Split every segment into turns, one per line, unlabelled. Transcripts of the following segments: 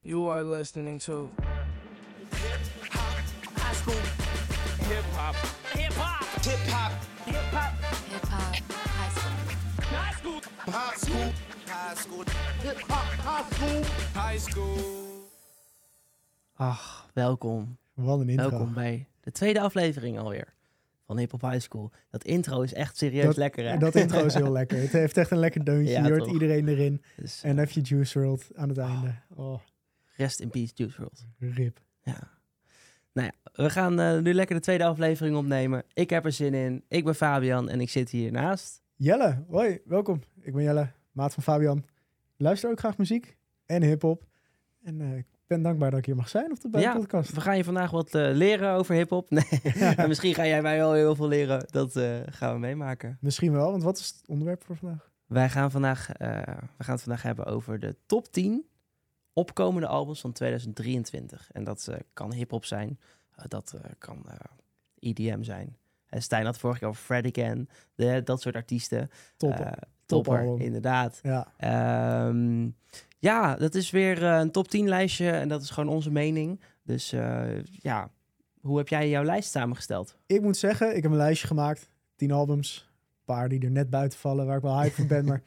You are listening to
High school. Hip hop. Hip hop. Hip hop. Hip hop.
Hip hop high school.
High school.
High school. High school.
Hip hop. High school.
High school.
Ach, welkom.
Wat een intro.
Welkom bij de tweede aflevering alweer van Hip Hop High School. Dat intro is echt serieus
Dat-
lekker, hè?
Dat intro is heel lekker. Het heeft echt een lekker deuntje.
Ja,
je hoort
toch? Ah.
iedereen erin.
Dus, eh,
En dan heb je Juice World aan het einde. Oh,
rest in peace, Juice WRLD.
rip.
Ja. Nou ja, we gaan eh, nu lekker de tweede aflevering opnemen. Ik heb er zin in. Ik ben Fabian en ik zit hiernaast.
Jelle, hoi, welkom. Ik ben Jelle, maat van Fabian. Ik Luister ook graag muziek en hip-hop. En eh, ik ben dankbaar dat ik hier mag zijn op de, bij
Ja,
de podcast.
We gaan je vandaag wat eh, leren over hip-hop. Nee, en misschien ga jij mij wel heel veel leren. Dat eh, gaan we meemaken.
Misschien wel, want wat is het onderwerp voor vandaag?
Wij gaan, vandaag, eh, we gaan het vandaag hebben over de top 10 opkomende albums van 2023. En dat eh, kan hip-hop zijn, eh, dat eh, kan eh EDM zijn. En Stijn had vorige keer over Fred again, de, dat soort artiesten.
Topper.
Eh, topper,
Topalbum.
inderdaad.
ja,
Ehm, ja, dat is weer eh, een top 10 lijstje en dat is gewoon onze mening. Dus eh, ja, hoe heb jij jouw lijst samengesteld?
ik moet zeggen, ik heb een lijstje gemaakt. Tien albums. Een paar die er net buiten vallen, waar ik wel hype voor ben. Maar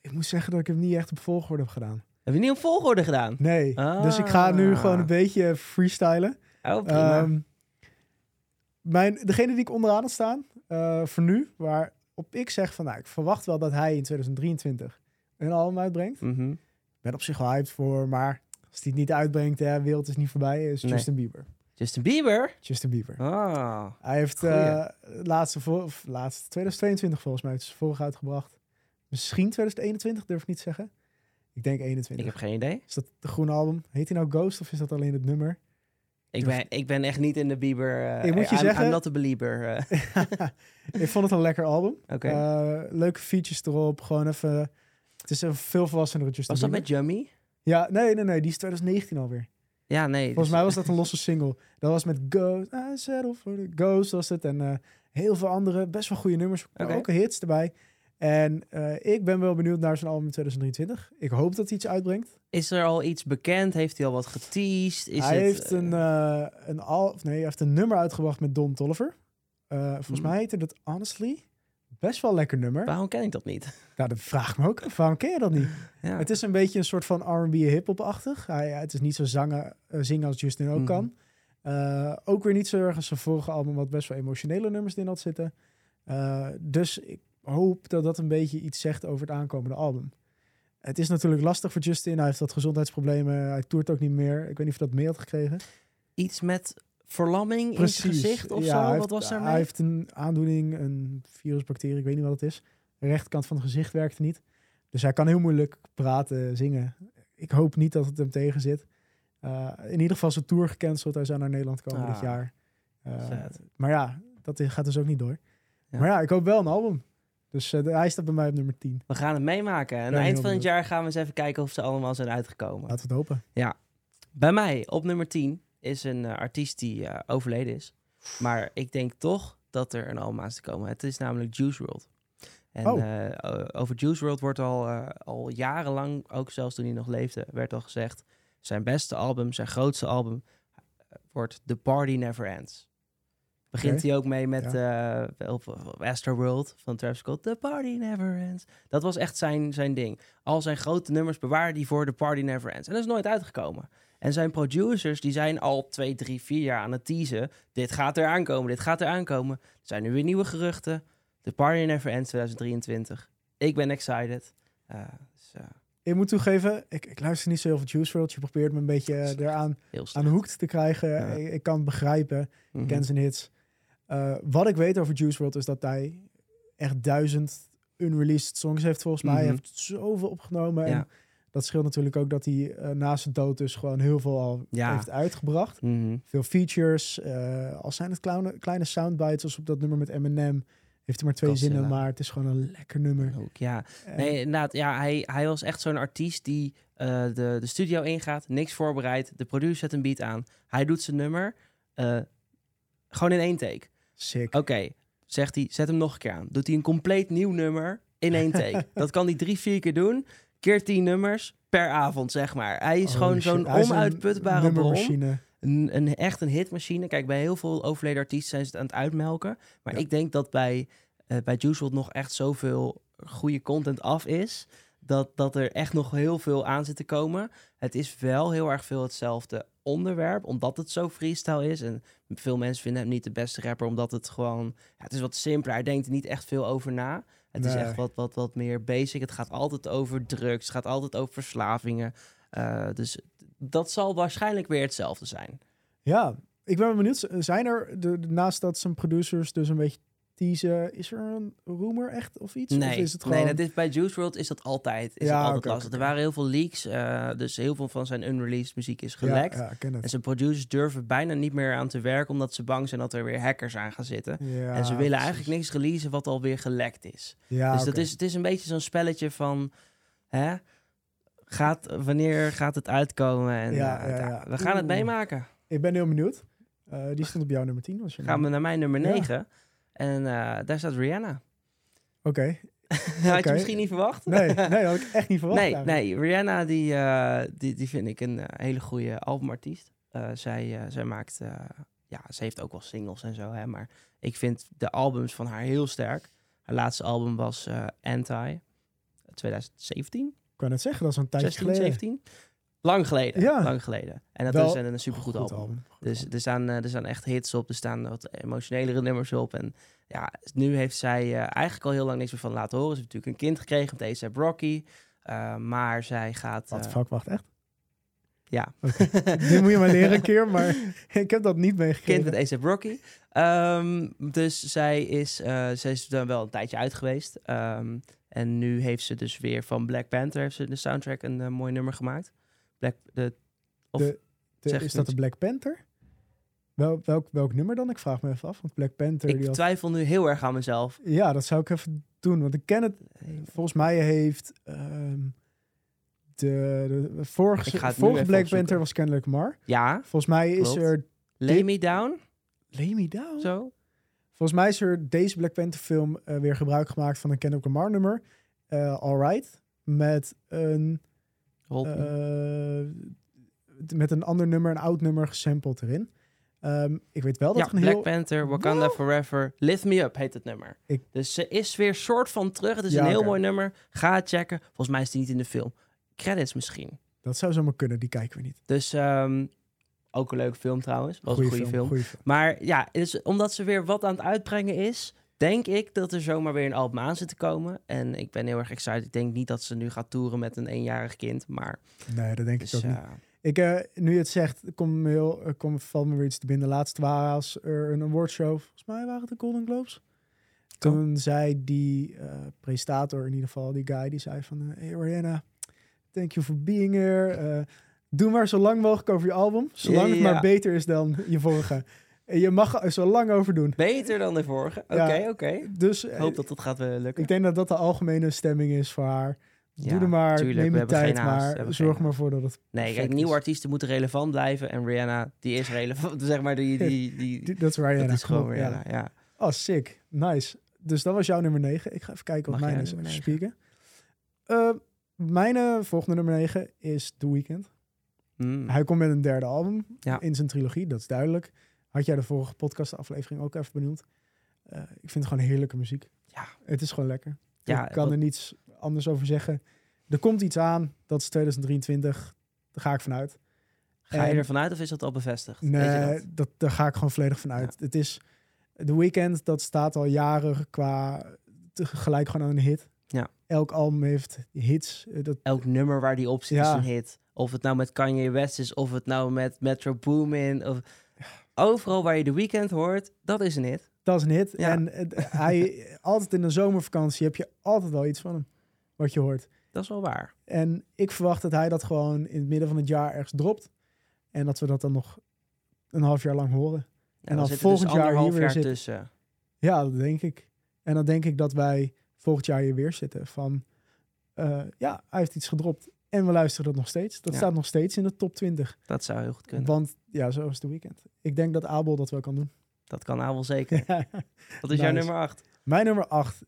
ik moet zeggen dat ik hem niet echt op volgorde heb gedaan.
Heb je niet op volgorde gedaan?
Nee, dus ik ga nu
Ah.
gewoon een beetje freestylen.
Oh, prima.
Ehm, mijn, degene die ik onderaan had staan, eh, voor nu, waar op ik zeg van, nou, ik verwacht wel dat hij in 2023 een album uitbrengt. Ik
Mhm.
ben op zich wel hyped voor, maar als hij het niet uitbrengt, hè, wereld is niet voorbij, is
Nee.
Justin Bieber.
Justin Bieber?
Justin Bieber.
Ah.
Hij heeft
Goeie.
eh, laatste, vol- of laatste, 2022 volgens mij, het is vorig uitgebracht. Misschien 2021, durf ik niet te zeggen. Ik denk
Ik
21.
heb geen idee.
Is dat de groene album? Heet hij nou Ghost of is dat alleen het nummer?
Ik ben, ik ben echt niet in de Bieber. eh,
Ik moet je
I'm,
zeggen-
I'm not a believer. eh.
ik vond het een lekker album.
Oké.
Eh, leuke features erop. Gewoon even. Het is een veel volwassener Justin
was dat met
Bieber.
Jummy?
Ja, nee, nee, nee. Die is 2019 alweer.
Ja, nee. dus-
Volgens mij was dat een losse single. Dat was met Ghost. I settle for the Ghost was het. En eh, heel veel andere. Best wel goede nummers.
Oké.
Ook hits erbij. En eh, ik ben wel benieuwd naar zijn album in 2023. Ik hoop dat hij iets uitbrengt.
Is er al iets bekend? Heeft hij al wat geteased? Is
hij
het,
heeft
eh,
een, eh, een al, of nee, hij heeft een nummer uitgebracht met Don Tolliver. Eh, volgens
Hmm.
mij heette dat Honestly. Best wel een lekker nummer.
waarom ken ik dat niet?
Nou, dat vraag ik me ook. af. Waarom ken je dat niet?
Ja.
Het is een beetje een soort van R&B hip-hop-achtig. Hij- hij- Het is niet zo zangen, eh, zingen als Justin ook
Mhm.
kan. Eh, ook weer niet zo erg als zijn vorige album, wat best wel emotionele nummers in had zitten. Eh, dus ik hoop dat dat een beetje iets zegt over het aankomende album. Het is natuurlijk lastig voor Justin. Hij heeft wat gezondheidsproblemen. Hij toert ook niet meer. Ik weet niet of je dat mee had gekregen.
Iets met verlamming in het gezicht of
Ja,
zo?
hij
Wat
heeft-
was daarmee?
Hij heeft een aandoening, een virus, bacterie, ik weet niet wat het is. De rechterkant van het gezicht werkte niet. Dus hij kan heel moeilijk praten, zingen. Ik hoop niet dat het hem tegen zit. Eh, in ieder geval is zijn tour gecanceld. Hij zou naar Nederland komen
Ah,
dit jaar. Eh,
Vet.
maar ja, dat is- gaat dus ook niet door.
Ja.
Maar ja, ik hoop wel een album. Dus eh, de- hij staat bij mij op nummer 10.
We gaan het meemaken. En aan
ben
het eind
heel
van het
benieuwd.
jaar gaan we eens even kijken of ze allemaal zijn uitgekomen.
Laten we het hopen.
Bij mij op nummer 10 is een eh, artiest die eh, overleden is. Maar ik denk toch dat er een album aan is te komen. Het is namelijk Juice World. En
Oh.
eh, o- over Juice World wordt al, eh, al jarenlang, ook zelfs toen hij nog leefde, werd al gezegd: zijn beste album, zijn grootste album eh, wordt The Party Never Ends. Begint
Oké.
hij ook mee met eh, op, op Astroworld van Travis Scott. The Party Never Ends. Dat was echt zijn, zijn ding. Al zijn grote nummers bewaarde hij voor The Party Never Ends. En dat is nooit uitgekomen. En zijn producers die zijn al twee, drie, vier jaar aan het teasen. Dit gaat er aankomen, dit gaat er aankomen. Er zijn nu weer nieuwe geruchten. The Party Never Ends 2023. Ik ben excited. Eh, dus, eh,
Ik moet toegeven, ik, ik luister niet zo heel veel Juice WRLD. Je probeert me een beetje eh,
Slecht.
eraan
heel Mhm.
aan
snel.
hoek te krijgen.
Ja.
Ik, ik kan het begrijpen. Ik ken zijn hits. Eh, wat ik weet over Juice WRLD is dat hij echt duizend unreleased songs heeft volgens mij.
Mhm.
Hij heeft zoveel opgenomen.
Ja.
En dat scheelt natuurlijk ook dat hij eh, na zijn dood dus gewoon heel veel al
Ja.
heeft uitgebracht.
Mhm.
Veel features. eh al zijn het kleine, kleine soundbites als op dat nummer met Eminem. Heeft hij maar twee
Godzilla.
zinnen, maar het is gewoon een lekker nummer.
Ook, ja.
En-
Nee, inderdaad. Ja, hij, hij was echt zo'n artiest die eh, de, de studio ingaat, niks voorbereidt. De producer zet een beat aan. Hij doet zijn nummer. eh, gewoon in één take.
Sick.
Oké, zegt hij, zet hem nog een keer aan. Doet hij een compleet nieuw nummer in één take. dat kan hij drie, vier keer doen. keer 10 nummers per avond, zeg maar. Hij is
Holy
gewoon
Oh, shit,
zo'n
hij is een
onuitputbare bron.
nummermachine.
Een, een, echt een hitmachine. Kijk, bij heel veel overleden artiesten zijn ze het aan het uitmelken. Maar
Ja.
ik denk dat bij, eh bij Juice WRLD nog echt zoveel goede content af is... Dat, dat er echt nog heel veel aan zit te komen. Het is wel heel erg veel hetzelfde onderwerp, omdat het zo freestyle is. En veel mensen vinden hem niet de beste rapper, omdat het gewoon... Ja, het is wat simpeler, hij denkt er niet echt veel over na. Het is
Nee.
echt wat, wat, wat meer basic. Het gaat altijd over drugs, het gaat altijd over verslavingen. Eh, dus dat zal waarschijnlijk weer hetzelfde zijn.
Ja, ik ben benieuwd. Z- Zijn er, de, de- naast dat zijn producers dus een beetje teasen, is er een rumor echt of iets?
Nee,
Of is het
nee
gewoon...
dat is, bij Juice WRLD is dat altijd, is
Ja,
dat altijd
oké,
lastig.
oké,
Er waren heel veel leaks, eh, dus heel veel van zijn unreleased muziek is
Ja,
gelekt.
Ja, ik ken
En
het.
zijn producers durven bijna niet meer aan te werken, omdat ze bang zijn dat er weer hackers aan gaan zitten.
Ja,
en ze willen
precies.
eigenlijk niks releasen wat alweer gelekt is.
Ja,
dus
oké.
dat is, het is een beetje zo'n spelletje van... Hè, gaat, wanneer gaat het uitkomen? En,
Ja,
eh,
ja,
ja,
ja.
We gaan het
Oeh.
meemaken.
Ik ben heel benieuwd. Eh, die stond op jouw nummer 10. Was je
Gaan we
nummer-
naar mijn nummer
Ja.
9. En eh, daar staat Rihanna.
Oké.
Had je
Oké.
misschien niet verwacht?
Nee, nee, had ik echt niet verwacht.
nee,
eigenlijk.
nee, Rihanna die, eh, die, die vind ik een eh, hele goede albumartiest. Eh, zij, eh, zij maakt, eh, ja, ze heeft ook wel singles en zo, hè, maar ik vind de albums van haar heel sterk. Haar laatste album was eh, Anti, 2017.
Ik kan het zeggen, dat is een tijdje
16,
geleden.
17? Lang geleden.
Ja.
Lang geleden. En dat
Wel
is een, een supergoed album. Dus er staan, eh, er staan echt hits op, er staan wat emotionelere nummers op. En ja, nu heeft zij eh, eigenlijk al heel lang niks meer van laten horen. Ze heeft natuurlijk een kind gekregen, met deze Brocky. Eh, maar zij gaat...
Wat
eh,
fuck, wacht, echt?
Ja.
Dit moet je maar leren een keer, maar ik heb dat niet meegekregen.
Kind met ASAP Rocky. Ehm, dus zij is, eh, zij is dan wel een tijdje uit geweest. Ehm, en nu heeft ze dus weer van Black Panther heeft ze de soundtrack een eh, mooi nummer gemaakt. Black, de, of
De- De-
zegt
is dat de
niets.
Black Panther? Wel, welk, welk nummer dan? Ik vraag me even af. Want Black Panther...
ik
die had-
twijfel nu heel erg aan mezelf.
Ja, dat zou ik even doen. Want ik ken het. Volgens mij heeft ehm, de, de, de vorige,
Ik ga het nu
vorige
even
Black
opzoeken.
Panther was kennelijk Mar.
Ja,
Volgens mij is
Klopt.
er...
Lay Me Down,
Lay Me Down?
zo.
Volgens mij is er deze Black Panther film eh, weer gebruik gemaakt van een Kendrick Lamar nummer. eh Alright. Met een,
Hold Me.
eh, t- met een ander nummer, een oud nummer gesampled erin. Ehm, ik weet wel dat
ja,
er een
Black
heel...
Panther, Wakanda Forever, Lift Me Up heet het nummer.
Ik-
Dus ze is weer soort van terug. Het is
Ja,
een heel
oké.
mooi nummer. Ga het checken. Volgens mij is die niet in de film. Credits misschien.
Dat zou zomaar kunnen, die kijken we niet.
Dus ehm, ook een leuke film trouwens. Was een goede film.
goeie film.
Maar ja, dus omdat ze weer wat aan het uitbrengen is, denk ik dat er zomaar weer een album aan zit te komen. En ik ben heel erg excited. Ik denk niet dat ze nu gaat toeren met een eenjarig kind. Maar
Nee, dat denk
dus,
ik ook niet.
eh,
Ik, eh, nu je het zegt, komt me heel, eh, komt- valt me weer iets te binnen. Laatst was er een awardshow. Volgens mij waren het de Golden Globes. Toen zei die eh, presentator, in ieder geval die guy, die zei van... eh, hey Rihanna, thank you for being here. Eh, doe maar zo lang mogelijk over je album. Zolang het
Ja.
maar beter is dan je vorige. En je mag er zo lang over doen.
beter dan de vorige. Oké,
Ja.
oké.
Dus eh,
Ik hoop dat dat gaat eh, lukken.
ik denk dat dat de algemene stemming is voor haar.
Ja,
doe er maar,
tuurlijk, we
neem je
hebben geen
tijd
haast, we
maar.
hebben
Zorg
geen
maar voor dat het...
Nee, kijk,
perfect
nieuwe
is.
artiesten moeten relevant blijven. En Rihanna, die is relevant. zeg maar, die, die, die,
Dat is Rihanna.
dat is
kom op,
gewoon
ja.
Rihanna. Ja.
Oh, sick. Nice. Dus dat was jouw nummer 9. Ik ga even kijken wat
Mag
mijn
jij
is.
nummer
Even
negen?
spieken. Eh, mijn eh, volgende nummer 9 is The Weeknd.
Mm.
Hij komt met een derde album
Ja.
in zijn trilogie, dat is duidelijk. Had jij de vorige podcastaflevering ook even benoemd. Eh, ik vind het gewoon heerlijke muziek.
Ja.
Het is gewoon lekker.
Ja,
ik kan
wat-
er niets anders over zeggen. Er komt iets aan, dat is 2023. Daar ga ik vanuit.
Ga je
en-
ervan uit of is dat al bevestigd? Weet je
Nee,
dat?
dat? daar ga ik gewoon volledig van uit. Het is The Weeknd, dat staat al jaren qua gelijk gewoon aan een hit.
Ja.
Elk album heeft hits. Eh, Dat,
Elk nummer waar die op zit is
Ja.
een hit. Of het nou met Kanye West is, of het nou met Metro Boomin. Of... Overal waar je de weekend hoort, dat is een hit.
dat is een hit.
Ja.
En eh, hij, altijd in de zomervakantie heb je altijd wel iets van hem, wat je hoort.
Dat is wel waar.
En ik verwacht dat hij dat gewoon in het midden van het jaar ergens dropt. En dat we dat dan nog een half jaar lang horen.
en dan
dan
zit er dus
volgend jaar
anderhalf
hier weer
jaar
zitten.
tussen.
Ja, dat denk ik. En dan denk ik dat wij volgend jaar hier weer zitten van... eh, ja, hij heeft iets gedropt en we luisteren dat nog steeds. Dat
Ja.
staat nog steeds in de top 20.
Dat zou heel goed kunnen.
Want ja, zo is de weekend. Ik denk dat Abel dat wel kan doen.
Dat kan nou wel zeker. Dat is jouw
Nice.
nummer 8.
Mijn nummer 8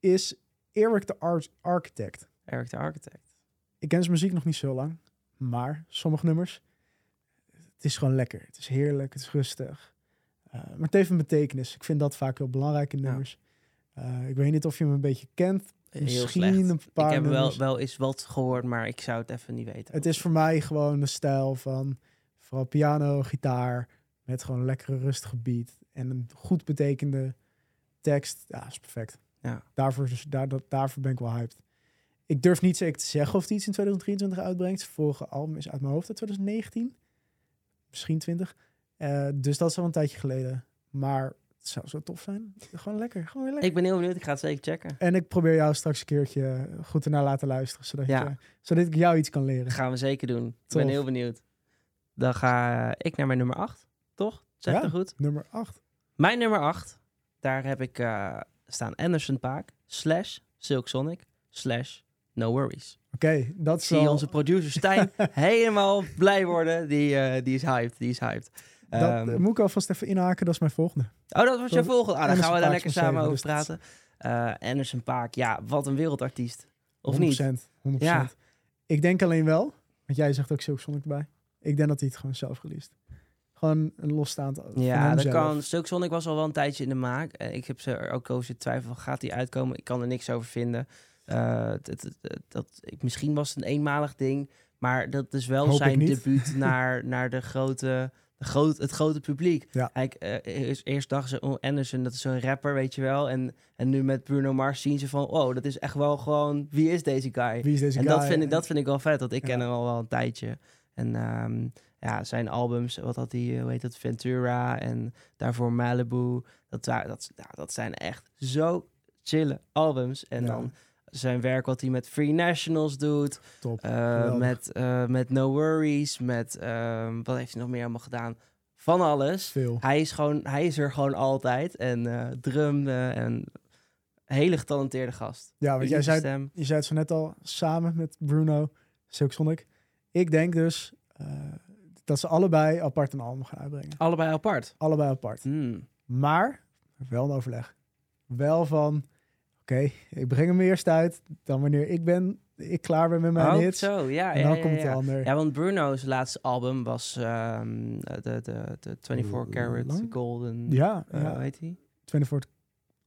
is ehm, Eric the Art Architect.
Eric de Architect.
Ik ken zijn muziek nog niet zo lang, maar sommige nummers. Het is gewoon lekker. Het is heerlijk, het is rustig. Eh, maar het heeft een betekenis. Ik vind dat vaak heel belangrijk in
Ja.
nummers. Eh, ik weet niet of je hem een beetje kent.
Heel
Misschien
slecht.
een paar
ik heb wel,
nummers.
wel eens wat gehoord, maar ik zou het even niet weten.
Het is voor mij gewoon de stijl van vooral piano, gitaar. Met gewoon een lekkere rustige beat. En een goed betekende tekst. Ja, is perfect.
Ja.
Daarvoor, dus daar, dat- daarvoor ben ik wel hyped. Ik durf niet zeker te zeggen of hij iets in 2023 uitbrengt. Zijn vorige album is uit mijn hoofd uit 2019. Misschien 20. Eh, dus dat is al een tijdje geleden. Maar het zou zo tof zijn. Gewoon lekker. Gewoon weer lekker.
Ik ben heel benieuwd, ik ga het zeker checken.
En ik probeer jou straks een keertje goed ernaar laten luisteren. Zodat,
Ja.
je, zodat ik jou iets kan leren.
Dat gaan we zeker doen. Ik
Tof.
ben heel benieuwd. Dan ga ik naar mijn nummer 8, toch? Zeg
Ja.
dat goed?
Nummer 8.
Mijn nummer 8, daar heb ik eh, staan Anderson Paak, slash Silk Sonic, slash No Worries.
Oké, dat
Ik
is
zie
wel-
onze producer Stijn helemaal blij worden. Die, eh, die is hyped, die is hyped.
Dat
Ehm,
eh, moet ik alvast even inhaken, dat is mijn volgende.
Oh, dat was je
Dat-
volgende. Ah, dan
Anderson
gaan we daar
Paak
lekker
is mijn
samen over
zevende, dus
praten. Eh Anderson Paak, ja, wat een wereldartiest. Of
100%,
niet?
100%.
Ja.
Ik denk alleen wel, want jij zegt ook Silk Sonic erbij. Ik denk dat hij het gewoon zelf released. Gewoon een losstaand van
Ja, dat
hemzelf.
kan. Silk Sonic was al wel een tijdje in de maak. Eh, Ik heb ze er ook over zitten twijfelen. Gaat die uitkomen? Ik kan er niks over vinden. Eh, het- het- het- dat, ik- misschien was het een eenmalig ding. Maar dat is wel
Hoop ik
zijn
niet.
debuut naar, naar de grote, de groot, het grote publiek.
Ja.
Kijk, eh, eerst, eerst dachten ze, oh, Anderson, dat is zo'n rapper, weet je wel. En, en nu met Bruno Mars zien ze van, oh, dat is echt wel gewoon... Wie is deze guy?
Wie is deze
en
guy?
dat vind, ik, dat vind ik wel vet, want ik ken
Ja.
hem al wel een tijdje. En ehm, ja, zijn albums, wat had hij, eh, hoe heet dat, Ventura en daarvoor Malibu. Dat, wa- dat, ja, dat zijn echt zo chille albums. En
Ja.
dan zijn werk wat hij met Free Nationals doet,
Top.
eh,
geweldig.
met, eh, met No Worries, met ehm, wat heeft hij nog meer allemaal gedaan? Van alles.
Veel.
Hij is, gewoon, hij is er gewoon altijd. En eh drum eh, en hele getalenteerde gast.
Ja, want jij
Unieke
zei,
stem.
je zei het zo net al, samen met Bruno, Silk Sonic. Ik denk dus eh, dat ze allebei apart een album gaan uitbrengen.
Allebei apart.
Allebei apart.
Hmm.
Maar wel een overleg. Wel van, oké, ik breng hem eerst uit. Dan wanneer ik ben, ik klaar ben met mijn
oh,
hits.
zo, ja.
en
ja,
dan
ja,
komt de
ja.
ander.
Ja, want Bruno's laatste album was ehm, eh, de, de, de 24 Karat
Lang?
Golden.
Ja,
eh,
ja.
hoe heet die?
24,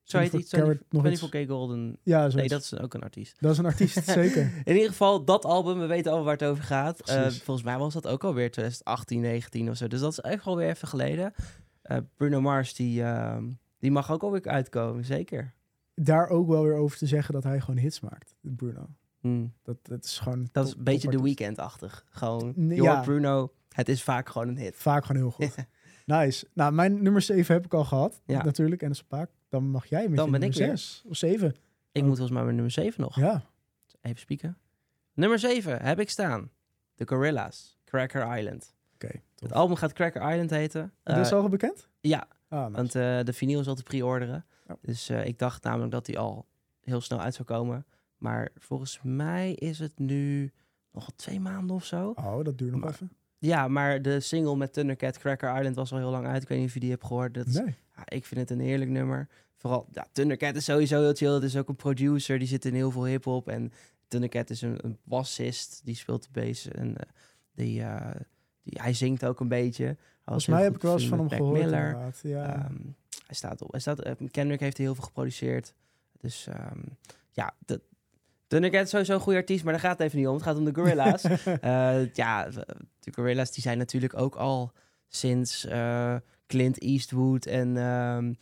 Zo heet
24
die, 20
karat nog iets.
24K Golden.
ja, zo
Nee, dat is ook een artiest.
dat is een artiest, zeker.
In ieder geval, dat album, we weten al waar het over gaat. Eh,
Precies.
volgens mij was dat ook alweer 2018, 19 of zo. Dus dat is echt alweer even geleden. Eh, Bruno Mars, die, ehm, die mag ook alweer uitkomen, zeker.
Daar ook wel weer over te zeggen dat hij gewoon hits maakt, Bruno.
Hmm.
Dat, dat is gewoon...
Dat is
top-
een beetje The
topartiest.
Weeknd-achtig. Gewoon,
Nee,
je
ja.
hoort Bruno, het is vaak gewoon een hit.
Vaak gewoon heel goed. nice. Nou, mijn nummer 7 heb ik al gehad,
Ja.
natuurlijk. En dat is een paar. Dan mag jij met
Dan
je
ben
nummer
ik weer.
6 of 7.
Ik
Oh.
moet volgens mij mijn nummer 7 nog.
Ja,
Even spieken. Nummer 7 heb ik staan. De Gorilla's. Cracker Island.
oké. top.
Het album gaat Cracker Island heten.
Dat
Eh,
is al bekend?
Ja,
Ah, nice.
want eh, de vinyl is al te pre-orderen.
Oh.
Dus eh, ik dacht namelijk dat die al heel snel uit zou komen. Maar volgens mij is het nu nog twee maanden of zo.
Oh, dat duurt nog
Maar-
even.
Ja, maar de single met Thundercat Cracker Island was al heel lang uit. Ik weet niet of je die hebt gehoord. Dat is
Nee.
Ja, ik vind het een heerlijk nummer. Vooral, ja, Thundercat is sowieso heel chill. Het is ook een producer, die zit in heel veel hip-hop. En Thundercat is een, een bassist, die speelt de bass. En eh, die, eh, die, hij zingt ook een beetje. Hij was
Volgens
heel
mij heb
goed
ik wel eens van
bevriend
hem
met
gehoord.
Mac
eh,
Miller.
inderdaad. Ja.
Ehm, hij staat op. Hij staat, eh, Kendrick heeft heel veel geproduceerd. Dus ehm, ja, de, Thundercat is sowieso een goede artiest, maar daar gaat het even niet om. Het gaat om de Gorilla's. Eh, ja, de Gorilla's die zijn natuurlijk ook al sinds eh, Clint Eastwood en... ehm,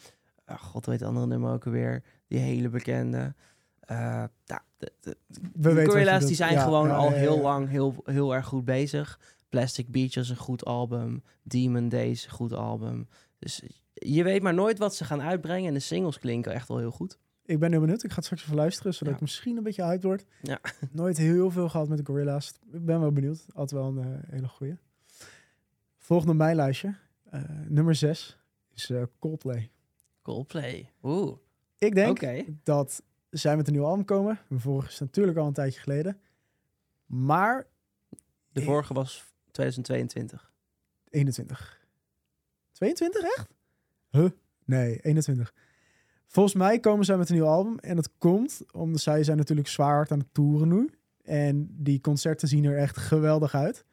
ah, God weet het andere nummer ook alweer. Die hele bekende. Eh, ja, de, de-
We
de
weten wat je
Gorilla's
bedoelt.
die zijn
Ja,
gewoon
ja,
al
ja,
heel
ja.
lang heel, heel erg goed bezig. Plastic Beach is een goed album. Demon Days, een goed album. Dus je weet maar nooit wat ze gaan uitbrengen. En de singles klinken echt wel heel goed.
Ik ben heel benieuwd. Ik ga het straks even luisteren, zodat
Ja.
ik misschien een beetje uit word.
Ja.
Nooit heel veel gehad met de Gorilla's. Ik ben wel benieuwd. Altijd wel een eh, hele goeie. Volgende op mijn lijstje, eh, nummer 6, is eh, Coldplay.
Coldplay. Oeh,
Ik
oké.
denk dat zij met een nieuw album komen. De vorige is natuurlijk al een tijdje geleden. Maar
De vorige was 2022.
21. 22 echt? Huh? Nee, 21. Volgens mij komen zij met een nieuw album. En dat komt omdat zij zijn natuurlijk zwaar hard aan het toeren nu. En die concerten zien er echt geweldig uit.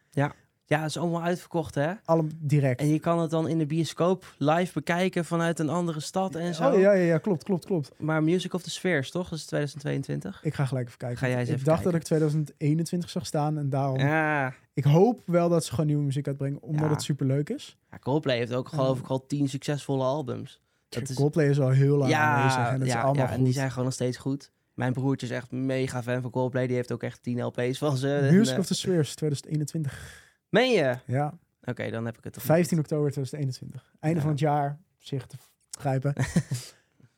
Ja, het is allemaal uitverkocht, hè?
Allemaal direct.
En je kan het dan in de bioscoop live bekijken vanuit een andere stad en zo.
Oh, ja, ja, ja, klopt, klopt, klopt.
Maar Music of the Spheres, toch? Dat is 2022.
Ik ga gelijk even kijken.
Ga jij eens
ik
even
dacht
kijken.
dat ik 2021 zag staan en daarom...
Ja.
Ik hoop wel dat ze gewoon nieuwe muziek uitbrengen, omdat
Ja.
het superleuk is.
ja, Coldplay heeft ook geloof ik al tien succesvolle albums. Dat is,
Coldplay is al heel lang aanwezig
ja,
en dat is
ja,
allemaal
ja,
goed.
en die zijn gewoon nog steeds goed. Mijn broertje is echt mega fan van Coldplay. Die heeft ook echt 10 LP's van ze. En,
Music
eh,
of the Spheres 2021.
Meen je?
Ja,
Oké, dan heb ik het toch niet.
15 oktober 2021. Einde
Ja.
van het jaar, op zich te grijpen.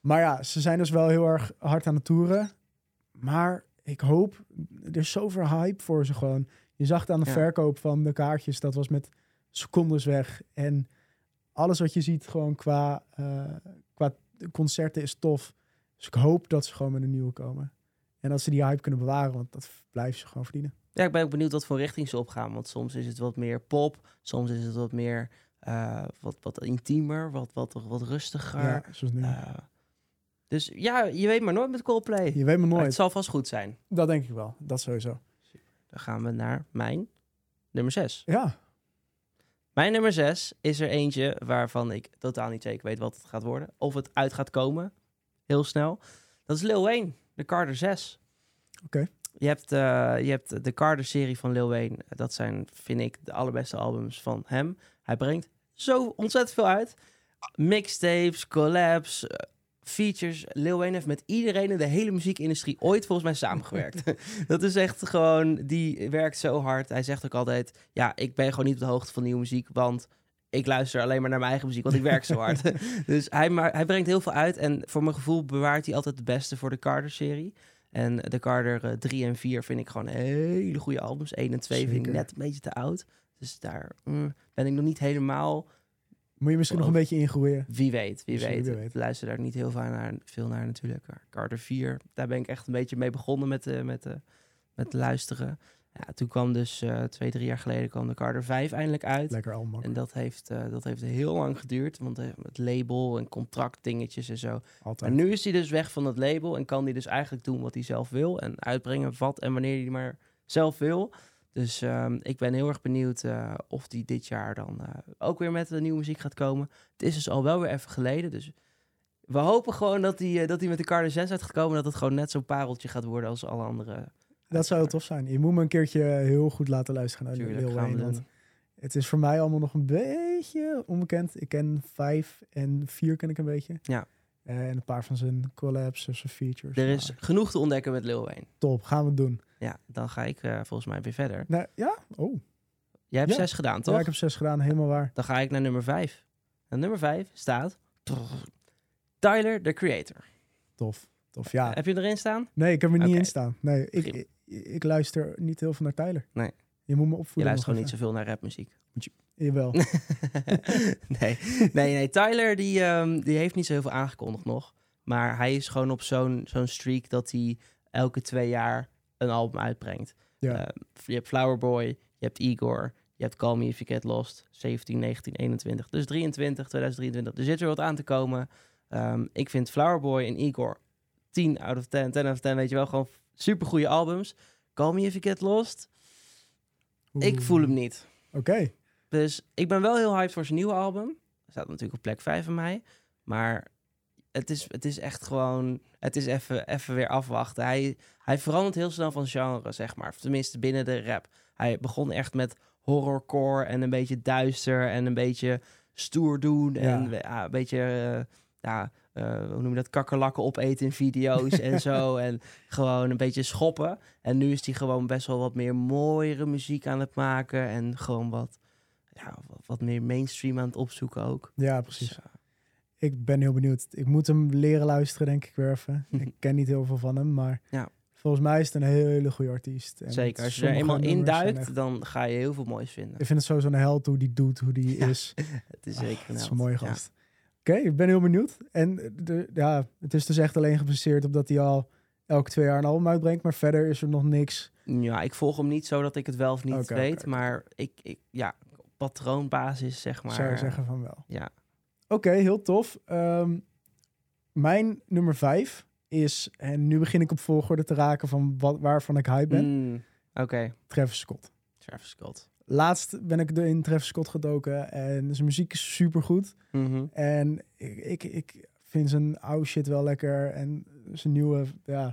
maar ja, ze zijn dus wel heel erg hard aan het toeren. Maar ik hoop, er is zoveel hype voor ze gewoon. Je zag het aan de
Ja.
verkoop van de kaartjes, dat was met secondes weg. En alles wat je ziet gewoon qua, eh, qua concerten is tof. Dus ik hoop dat ze gewoon met een nieuwe komen. En dat ze die hype kunnen bewaren, want dat blijven ze gewoon verdienen.
Ja, ik ben ook benieuwd wat voor richting ze opgaan. Want soms is het wat meer pop. Soms is het wat meer eh, wat, wat intiemer, wat, wat, wat rustiger.
Ja, zoals nu.
Eh, dus ja, je weet maar nooit met Coldplay.
je weet maar
Maar het
nooit.
zal vast goed zijn.
Dat denk ik wel. Dat sowieso.
Dan gaan we naar mijn nummer 6.
Ja.
Mijn nummer 6 is er eentje waarvan ik totaal niet zeker weet wat het gaat worden. Of het uit gaat komen. Heel snel. Dat is Lil Wayne, de Carter 6.
Oké.
Je hebt, eh, je hebt de Carter-serie van Lil Wayne. Dat zijn, vind ik, de allerbeste albums van hem. Hij brengt zo ontzettend veel uit. Mixtapes, collabs, eh, features. Lil Wayne heeft met iedereen in de hele muziekindustrie ooit volgens mij samengewerkt. dat is echt gewoon, die werkt zo hard. Hij zegt ook altijd, ja, ik ben gewoon niet op de hoogte van nieuwe muziek, want ik luister alleen maar naar mijn eigen muziek, want ik werk zo hard. dus hij, maar, hij brengt heel veel uit en voor mijn gevoel bewaart hij altijd het beste voor de Carter-serie. En de Carter eh, 3 en 4 vind ik gewoon hele goede albums. 1 en 2 vind ik
Zeker.
net een beetje te oud. Dus daar mm, ben ik nog niet helemaal
Moet je misschien nog een beetje ingroeien.
wie weet, wie
Misschien
weet.
wie weet.
Ik luister daar niet heel vaak naar, veel naar natuurlijk. Maar Carter 4, daar ben ik echt een beetje mee begonnen met, eh, met, eh, met luisteren. Ja, toen kwam dus eh, twee, drie jaar geleden kwam de Carter 5 eindelijk uit.
Lekker allemaal.
En dat heeft, eh, dat heeft heel lang geduurd, want eh, het label en contractdingetjes en zo.
Altijd.
Maar nu is hij dus weg van dat label en kan hij dus eigenlijk doen wat hij zelf wil. En uitbrengen wat en wanneer hij maar zelf wil. Dus ehm, ik ben heel erg benieuwd eh, of hij dit jaar dan eh, ook weer met de nieuwe muziek gaat komen. Het is dus al wel weer even geleden. Dus we hopen gewoon dat hij, eh, dat hij met de Carter 6 uit gaat komen. Dat het gewoon net zo'n pareltje gaat worden als alle andere.
dat zou heel tof zijn. Je moet me een keertje heel goed laten luisteren naar
Tuurlijk,
Lil
gaan we
Wayne.
doen.
Want het is voor mij allemaal nog een beetje onbekend. Ik ken vijf en vier ken ik een beetje. Eh,
Ja.
En een paar van zijn collabs of zijn features.
Er is
Maar
genoeg te ontdekken met Lil Wayne.
Top, gaan we het doen.
Ja, dan ga ik eh, volgens mij weer verder.
Nou, ja? Oh,
Jij hebt
Ja.
zes gedaan, toch?
ja, ik heb zes gedaan. Helemaal waar.
Dan ga ik naar nummer 5. En nummer 5 staat Tyler, de creator.
Tof. Tof, ja.
Heb je hem erin staan?
Nee, ik heb er niet
Eh, Oké.
in staan. Nee, ik,
Prima.
ik, ik luister niet heel veel naar Tyler.
Nee.
Je moet me
Je
opvoeden.
luistert gewoon
nog
niet zoveel naar rapmuziek.
even. Jawel.
nee. nee, nee. Tyler die, ehm, die heeft niet zo heel veel aangekondigd nog. Maar hij is gewoon op zo'n zo'n streak dat hij elke twee jaar een album uitbrengt.
Ja.
Eh, je hebt Flower Boy, je hebt Igor, je hebt Call Me If You Get Lost, 17, 19, 21. Dus 23, 2023. Er zit weer wat aan te komen. Ehm, ik vind Flower Boy en Igor 10 out of 10, 10 out of 10, weet je wel, gewoon super goede albums. Call Me If You Get Lost, ik
Oeh.
voel hem niet.
Oké.
Dus ik ben wel heel hyped voor zijn nieuwe album. Staat natuurlijk op plek 5 van mij. Maar het is, het is echt gewoon... Het is even even weer afwachten. Hij, hij verandert heel snel van genre, zeg maar. Tenminste, binnen de rap. Hij begon echt met horrorcore en een beetje duister... en een beetje stoer doen en ja, een beetje... eh, ja, eh, hoe noem je dat? Kakkerlakken opeten in video's en zo. En gewoon een beetje schoppen. En nu is hij gewoon best wel wat meer mooiere muziek aan het maken. En gewoon wat ja, wat, wat meer mainstream aan het opzoeken ook.
Ja,
Dus,
precies.
eh,
Ik ben heel benieuwd. Ik moet hem leren luisteren, denk ik weer even. ik ken niet heel veel van hem, maar
Ja.
volgens mij is het een hele goede artiest. En
zeker, als je er
sommige
eenmaal
nummers zijn
induikt,
echt-
dan ga je heel veel moois vinden.
Ik vind het sowieso een held hoe die doet, hoe die
Ja,
is.
Het is
Ah,
zeker
dat is
held,
een mooie
ja.
gast. Oké, ik ben heel benieuwd. En eh, de, ja, het is dus echt alleen gebaseerd op dat hij al elke twee jaar een album uitbrengt. Maar verder is er nog niks.
Ja. ik volg hem niet zo dat ik het wel of niet
Oké, oké,
weet,
oké.
maar ik, ik, ja, op patroonbasis zeg maar. eh,
zou je zeggen van wel.
Ja.
Oké, heel tof. Ehm, mijn nummer vijf is, en nu begin ik op volgorde te raken van wat, waarvan ik hype ben.
Mm, Oké,
Travis Scott.
Travis Scott.
Laatst ben ik in Travis Scott gedoken en zijn muziek is supergoed.
Mhm.
En ik, ik, ik vind zijn oude shit wel lekker en zijn nieuwe, ja,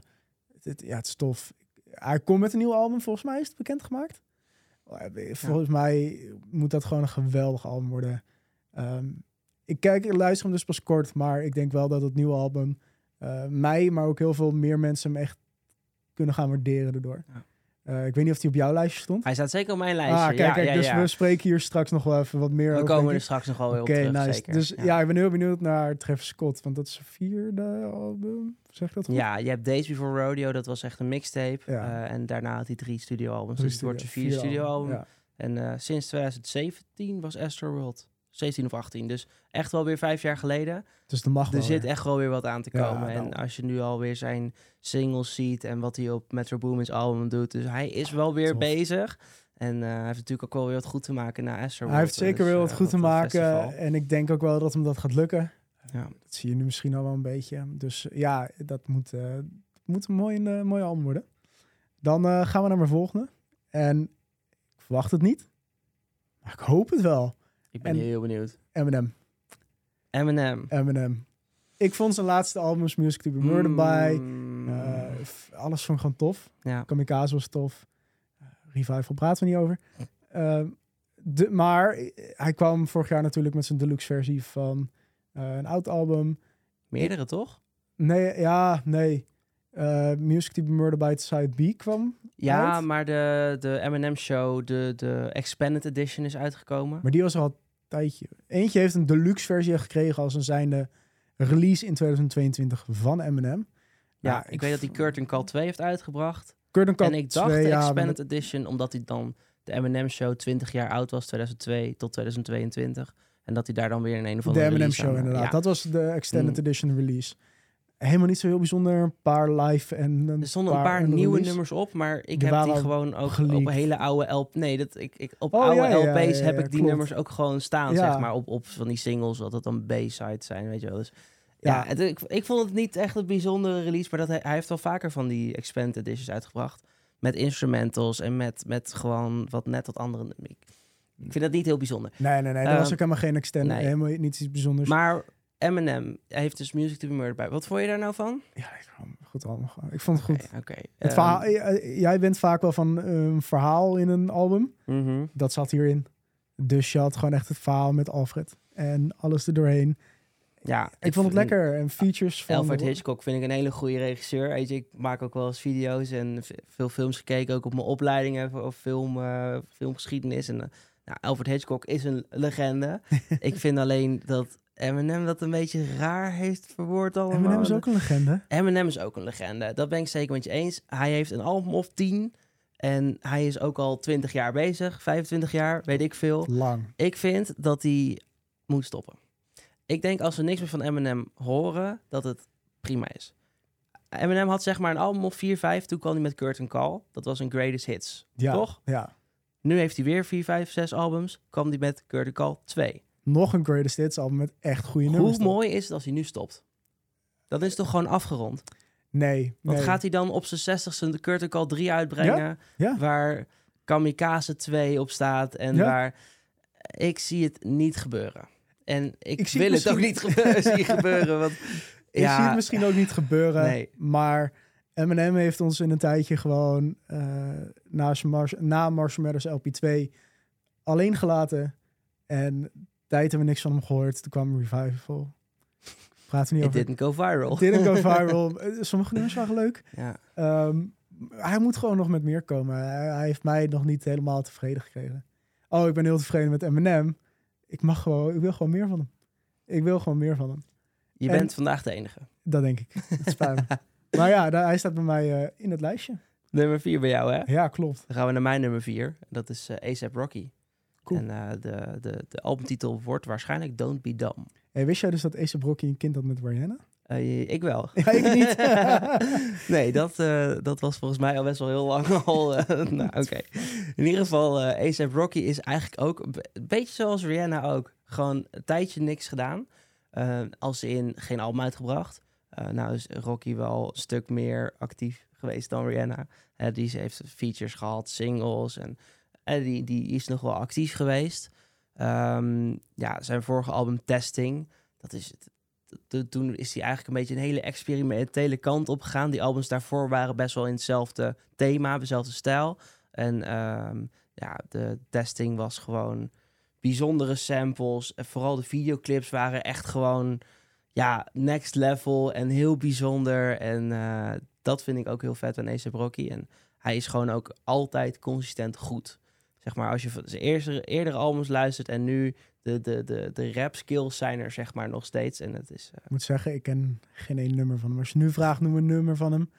het, ja, het is tof. Hij komt met een nieuw album, volgens mij is het bekendgemaakt. Oh, Volgens mij moet dat gewoon een geweldig album worden. Ehm, ik kijk, ik luister hem dus pas kort, maar ik denk wel dat het nieuwe album eh, mij, maar ook heel veel meer mensen hem echt kunnen gaan waarderen daardoor.
Ja.
Eh, ik weet niet of hij op jouw lijstje stond.
Hij staat zeker op mijn lijstje.
Ah,
ja,
kijk, kijk
ja,
dus
ja.
we spreken hier straks nog wel even wat meer
We
over.
komen
denk
er
ik.
straks nog wel weer
Oké,
op terug,
nice.
zeker.
Dus ja.
ja.
ik ben heel benieuwd naar Travis Scott, want dat is zijn vierde album. Zeg ik dat goed?
Ja, je hebt Days Before Rodeo, dat was echt een mixtape.
Ja.
Eh, en daarna had hij drie studioalbums.
Drie
Dus het wordt zijn
studio-
vierde studioalbum.
album.
En eh, sinds 2017 was Astroworld. 17 of 18. Dus echt wel weer vijf jaar geleden.
Ja. Dus dat mag
er
wel.
zit
weer.
echt wel weer wat aan te
Ja, nou.
komen. en
daarom.
als je nu alweer zijn singles ziet en wat hij op Metro Boomin's album doet. Dus hij is wel weer
tof.
bezig. En eh, hij heeft natuurlijk ook wel weer wat goed te maken na Astroworld.
Hij heeft zeker
Dus,
wel wat
eh,
goed te
op dat
maken
festival.
en ik denk ook wel dat hem dat gaat lukken.
Ja.
Dat zie je nu misschien al wel een beetje. Dus eh, ja, dat moet, eh, moet een mooi, een, eh, mooi album worden. Dan eh, gaan we naar mijn volgende. En ik verwacht het niet, maar ik hoop het wel.
Ik ben
En-
heel benieuwd.
Eminem.
Eminem.
Eminem. Ik vond zijn laatste albums, Music to be Murdered By,
Mm,
eh, f- alles vond ik gewoon tof.
ja.
Kamikaze was tof. Eh, Revival praten we niet over. Ehm, de, maar eh, hij kwam vorig jaar natuurlijk met zijn deluxe versie van eh, een oud album.
Meerdere, toch?
Nee, ja, nee. Eh, Music to be Murdered By het Side B kwam.
Ja,
Uit?
maar de, de Eminem Show, de, de Expanded Edition is uitgekomen.
Maar die was er al een tijdje. Eentje heeft een deluxe versie gekregen als een zijnde release in 2022 van Eminem.
ja,
Nou,
ik, weet dat hij Curtain Call 2 heeft uitgebracht.
Curtain Call
en ik dacht
2,
de
ja, maar
Expanded Edition, omdat hij dan de Eminem Show 20 jaar oud was, 2002 tot 2022. En dat hij daar dan weer in een of
De
andere
M&M
release
Show
aan- eh,
inderdaad.
ja. Mm.
Dat was de extended edition release. Helemaal niet zo heel bijzonder. Een paar live en een
Er stonden een paar nieuwe nummers op, maar ik
Die
heb die
waren
gewoon ook op
geleakt.
hele oude LP. Nee, dat, ik, ik, op
Oh,
oude
ja, ja, ja,
LP's
ja,
heb
ja,
ik die
klopt.
nummers ook gewoon staan,
Ja.
zeg maar. Op, op van die singles, dat het dan B-sides zijn, weet je wel. Dus ja,
Ja.
het- ik, ik vond het niet echt een bijzondere release, maar dat hij, hij heeft wel vaker van die expanded editions uitgebracht. Met instrumentals en met, met gewoon wat net wat andere. Ik, ik vind dat niet heel bijzonder.
Nee, nee, nee. Dat
Eh,
was ook helemaal geen extended.
nee.
Helemaal niet iets bijzonders.
Maar Eminem hij heeft dus Music to be Murdered bij. Wat vond je daar nou van?
ja, ik vond het goed allemaal. gewoon. Ik vond het goed.
Oké. oké.
Het
Ehm,
verhaal, eh, jij bent vaak wel van eh, een verhaal in een album.
mhm.
Dat zat hierin. Dus je had gewoon echt het verhaal met Alfred. En alles erdoorheen.
Ja,
Ik, vond het
vind-
lekker. En features van...
Alfred Hitchcock vind ik een hele goede regisseur. Weet je, ik maak ook wel eens video's en v- veel films gekeken, ook op mijn opleidingen voor- of film, eh, filmgeschiedenis. En, eh, nou, Alfred Hitchcock is een legende. ik vind alleen dat Eminem dat een beetje raar heeft verwoord allemaal.
Eminem is ook een legende.
Eminem is ook een legende. Dat ben ik zeker met je eens. Hij heeft een album of 10 en hij is ook al 20 jaar bezig, 25 jaar, weet ik veel.
Lang.
Ik vind dat hij moet stoppen. Ik denk als we niks meer van Eminem horen, dat het prima is. Eminem had zeg maar een album of 4-5, toen kwam hij met Curtain Call. Dat was een greatest hits,
Ja.
toch?
Ja.
Nu heeft hij weer 4, 5, 6 albums, kwam hij met Curtain Call 2.
Nog een Greatest Hits album met echt goede nummers.
Hoe mooi is het als hij nu stopt? Dat is toch gewoon afgerond?
Nee.
Want
nee.
gaat hij dan op zijn 60ste de Curtain Call 3 uitbrengen?
ja.
Waar Kamikaze 2 op staat en
Ja.
waar... Ik zie het niet gebeuren. En ik,
Ik zie
wil
het
het ook niet
misschien-
gebeuren, zien gebeuren. Want
Ik
ja,
zie het misschien ook niet gebeuren.
Nee.
Maar Eminem heeft ons in een tijdje gewoon eh, na, zijn Mars, na Marshall Mathers LP2 alleen gelaten. En tijd hebben we niks van hem gehoord. Toen kwam Revival. Praten we niet
it
over.
didn't go viral.
It didn't go viral. Eh, Sommige nummers waren leuk.
Ja.
Ehm, hij moet gewoon nog met meer komen. Hij, hij heeft mij nog niet helemaal tevreden gekregen. Oh, ik ben heel tevreden met Eminem. Ik mag gewoon, ik wil gewoon meer van hem. Ik wil gewoon meer van hem.
Je
En-
bent vandaag de enige.
Dat denk ik. Het spijt me. maar ja, daar, hij staat bij mij eh, in het lijstje.
Nummer 4 bij jou, hè?
Ja, klopt.
Dan gaan we naar mijn nummer 4. Dat is eh, ASAP Rocky.
Cool.
En eh, de, de, de albumtitel wordt waarschijnlijk Don't Be Dumb.
Hey, wist jij dus dat Ace Rocky een kind had met Rihanna?
Eh, ik wel.
Ja, ik niet.
nee, dat, eh, dat was volgens mij al best wel heel lang al. eh, nou, oké. In ieder geval, eh ASAP Rocky is eigenlijk ook een be- een beetje zoals Rihanna ook. Gewoon een tijdje niks gedaan. Eh, als in geen album uitgebracht. Eh, nou is Rocky wel een stuk meer actief geweest dan Rihanna. Eh, die ze heeft features gehad, singles. En eh, die, die is nog wel actief geweest. Ehm, ja, zijn vorige album Testing. Dat is het. to- Toen is hij eigenlijk een beetje een hele experimentele kant op gegaan. Die albums daarvoor waren best wel in hetzelfde thema, dezelfde stijl. En ehm, ja, de testing was gewoon bijzondere samples. En vooral de videoclips waren echt gewoon ja, next level en heel bijzonder. En eh, dat vind ik ook heel vet aan A$AP Rocky. En hij is gewoon ook altijd consistent goed. Zeg maar, als je van zijn eerste, eerdere albums luistert en nu de, de, de, de rap skills zijn er zeg maar nog steeds. En dat is... eh,
Ik moet zeggen, ik ken geen één nummer van hem. Als je nu vraagt, noem een nummer van hem,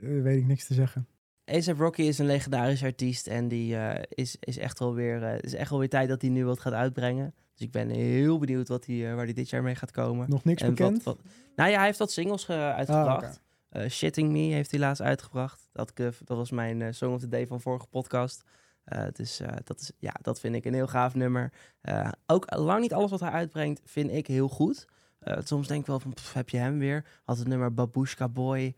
eh, weet ik niks te zeggen.
A$AP Rocky is een legendarisch artiest en die eh, is, is echt wel weer, eh, is echt wel weer tijd dat hij nu wat gaat uitbrengen. Dus ik ben heel benieuwd wat hij, eh, waar hij dit jaar mee gaat komen.
Nog niks
En wat-
bekend. Ah,
wat- nou ja, hij heeft wat singles eh, uitgebracht. Eh, Shitting Me heeft hij laatst uitgebracht. Dat, dat was mijn eh, Song of the Day van vorige podcast. Eh, dus eh, dat, is, ja, dat vind ik een heel gaaf nummer. Eh, ook lang niet alles wat hij uitbrengt vind ik heel goed. Eh, soms denk ik wel van, pff, heb je hem weer? Had het nummer Babushka Boy.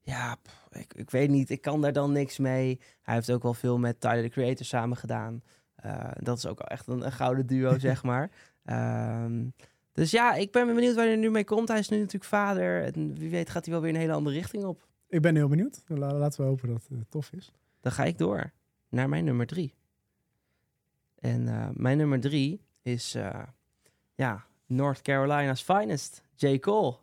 Ja, pff, ik, ik weet niet. Ik kan daar dan niks mee. Hij heeft ook wel veel met Tyler, the Creator, samen gedaan. Eh, dat is ook wel echt een, een gouden duo, zeg maar. Ehm, dus ja, ik ben benieuwd waar hij nu mee komt. Hij is nu natuurlijk vader. En wie weet gaat hij wel weer een hele andere richting op.
Ik ben heel benieuwd. La- Laten we hopen dat het eh, tof is.
Dan ga ik door naar mijn nummer drie. En eh, mijn nummer drie is eh, ja, North Carolina's finest, J. Cole.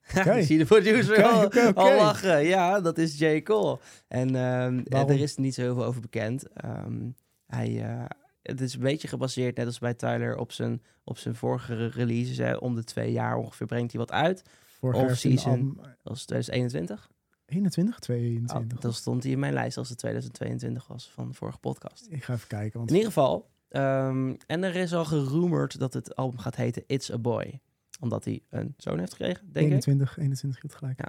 Oké.
ik zie de producer
Oké,
al,
oké, oké.
al lachen. Ja, dat is J. Cole. En ehm,
Waarom?
er is niet zo heel veel over bekend. Ehm, hij, eh, het is een beetje gebaseerd, net als bij Tyler, op zijn, op zijn vorige releases. Hè. Om de twee jaar ongeveer brengt hij wat uit.
Vorig
Of
jaar heeft hij een
season.
album-
Dat was 2021.
21,
Oh,
22.
dan stond hij in mijn lijst als het 2022 was van de vorige podcast.
Ik ga even kijken. Want
In ieder geval, ehm, en er is al gerumored dat het album gaat heten It's a Boy. Omdat hij een zoon heeft gekregen, denk ik.
21, 21 goed gelijk.
Ja.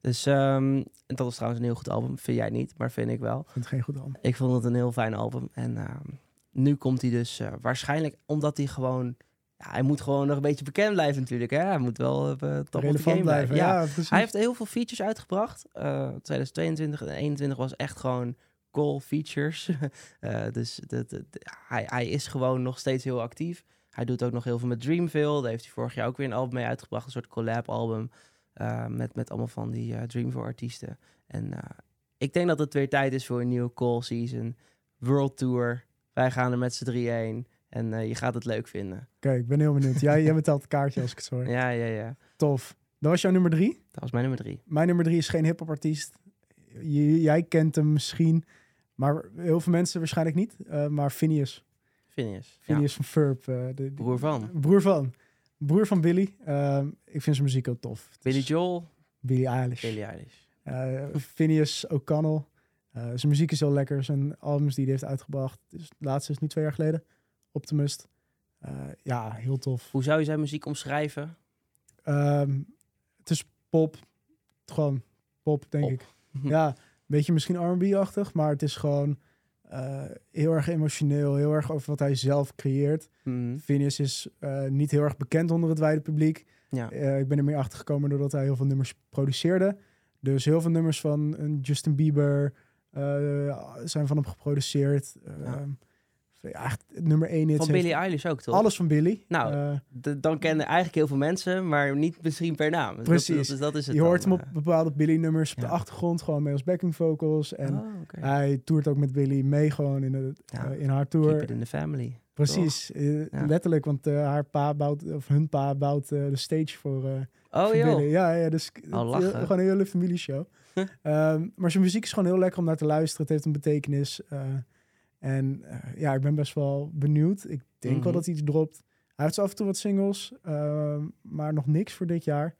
Dus ehm, en dat is trouwens een heel goed album. Vind jij niet, maar vind ik wel.
Ik vind het geen goed album.
Ik vond het een heel fijn album. En ehm, nu komt hij dus eh, waarschijnlijk omdat hij gewoon... Ja, hij moet gewoon nog een beetje bekend blijven natuurlijk. Hè? Hij moet wel eh, top of the game
Relevant blijven. Ja, precies.
hij heeft heel veel features uitgebracht. Eh, 2022 en 2021 was echt gewoon cool features. Eh, dus dat- dat- hij, hij is gewoon nog steeds heel actief. Hij doet ook nog heel veel met Dreamville. Daar heeft hij vorig jaar ook weer een album mee uitgebracht. Een soort collab-album eh, met, met allemaal van die eh, Dreamville-artiesten. En eh, ik denk dat het weer tijd is voor een nieuwe Call Season. World Tour. Wij gaan er met z'n drieën heen. En eh, je gaat het leuk vinden.
Oké, ik ben heel benieuwd. Jij, jij betaalt het kaartje als ik het zo hoor.
Ja, ja, ja.
Tof. Dat was jouw nummer drie.
Dat was mijn nummer drie.
Mijn nummer drie is geen hip-hop artiest. J- Jij kent hem misschien, maar heel veel mensen waarschijnlijk niet. Eh, maar Phineas.
Phineas. Ja,
Phineas van Furp. eh, de, de-
broer van.
broer van. Broer van Billy. Ehm, ik vind zijn muziek heel tof. Het
Billy
is
Joel.
Billie Eilish.
Billy Eilish.
Eh, Phineas O'Connell. Eh, zijn muziek is heel lekker. Zijn albums die hij heeft uitgebracht. Dus de laatste is nu twee jaar geleden. Optimist. Eh, ja, heel tof.
Hoe zou je zijn muziek omschrijven?
Ehm, het is pop. Gewoon pop, denk
Pop.
ik.
Hm.
Ja, een beetje misschien R&B-achtig, maar het is gewoon eh, heel erg emotioneel. Heel erg over wat hij zelf creëert.
Hmm.
Phineas is eh, niet heel erg bekend onder het wijde publiek.
Ja.
Eh, ik ben er meer achter gekomen doordat hij heel veel nummers produceerde. Dus heel veel nummers van een Justin Bieber eh, zijn van hem geproduceerd. Ehm, ja, echt nummer één hits
Van
heeft-
Billy Eilish ook, toch?
Alles van Billy.
Nou,
Eh,
D- dan kennen eigenlijk heel veel mensen, maar niet misschien per naam. Dus dat-
Precies.
Dat, dat is het
je hoort
dan,
hem op
eh.
bepaalde Billy-nummers op
ja.
de achtergrond, gewoon mee als backing vocals. En
Oh, oké.
hij toert ook met Billy mee gewoon in, de,
Ja,
eh, in haar
Keep it
tour.
in the family.
Precies, eh,
Ja.
letterlijk, want eh, haar pa bouwt, of hun pa bouwt eh, de stage voor, eh,
Oh
voor
joh.
binnen. Ja, ja, dus k- het-
Oh, lachen.
gewoon een hele familieshow. Ehm, maar zijn muziek is gewoon heel lekker om naar te luisteren. Het heeft een betekenis. eh, en eh, ja, ik ben best wel benieuwd. Ik denk
Mhm.
wel dat hij iets dropt. Hij heeft zo af en toe wat singles, ehm, maar nog niks voor dit jaar.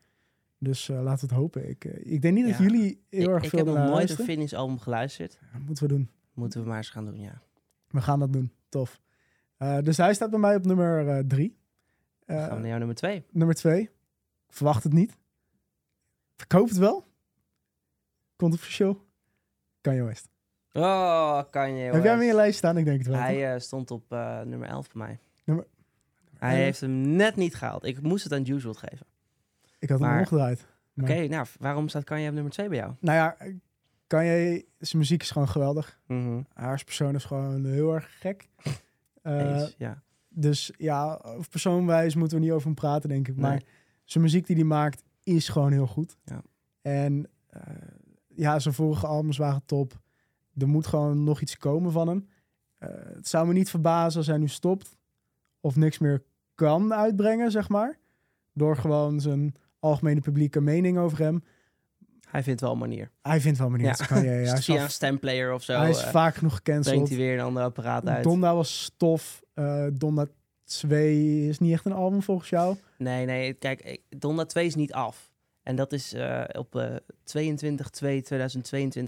Dus eh, laten we het hopen. Ik, eh, ik denk niet dat
Ja.
jullie heel
Ik,
erg
ik
veel
heb nog
naar
nooit een
luisteren.
Finnish album geluisterd.
Ja, moeten we doen.
Moeten we maar eens gaan doen, ja.
We gaan dat doen. Tof. Eh, dus hij staat bij mij op nummer eh, drie.
Dan
Eh,
gaan we naar jou nummer twee.
Nummer twee. Ik verwacht het niet. Ik hoop het wel. Controversieel. Kanye West.
Oh, kan je.
Heb jij hem in je lijst staan? Ik denk het wel.
Hij
toch?
eh, stond op eh, nummer 11 bij mij.
Nummer-
Hij heeft hem net niet gehaald. Ik moest het aan Usual geven.
ik had hem
maar-
omgedraaid.
Oké,
Maar-
nou, waarom staat Kanye op nummer 2 bij jou?
Nou ja, Kanye, zijn muziek is gewoon geweldig.
Mhm.
Haar persoon is gewoon heel erg gek. Eh,
Eens, ja.
dus ja, over persoonwijs moeten we niet over hem praten, denk ik. Maar
Nee.
zijn muziek die hij maakt is gewoon heel goed.
Ja.
En eh, ja, zijn vorige albums waren top. Er moet gewoon nog iets komen van hem. Eh, het zou me niet verbazen als hij nu stopt of niks meer kan uitbrengen, zeg maar. Door gewoon zijn algemene publieke mening over hem.
Hij vindt wel een manier.
Hij vindt wel manier.
Ja.
dat Kan je, hij, is
Via
al-
een stemplayer of zo
hij is
eh,
vaak genoeg
brengt
gecanceld.
hij weer een ander apparaat uit.
Donda was stof. Eh, Donda 2 is niet echt een album volgens jou.
Nee, nee, kijk, ik- Donda 2 is niet af. En dat is eh, op eh 22-2-2022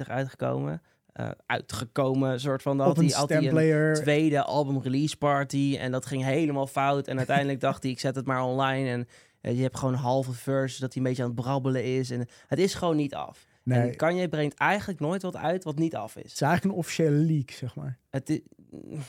uitgekomen. Eh, uitgekomen, soort van. Dan
op
had
een
hij had hij een
stemplayer.
tweede album release party. En dat ging helemaal fout. En uiteindelijk dacht hij, ik zet het maar online. En eh, je hebt gewoon een halve verse, dat hij een beetje aan het brabbelen is. En het is gewoon niet af.
nee,
En Kanye brengt eigenlijk nooit wat uit wat niet af
het
is.
is eigenlijk een officiële leak, zeg maar.
Het i-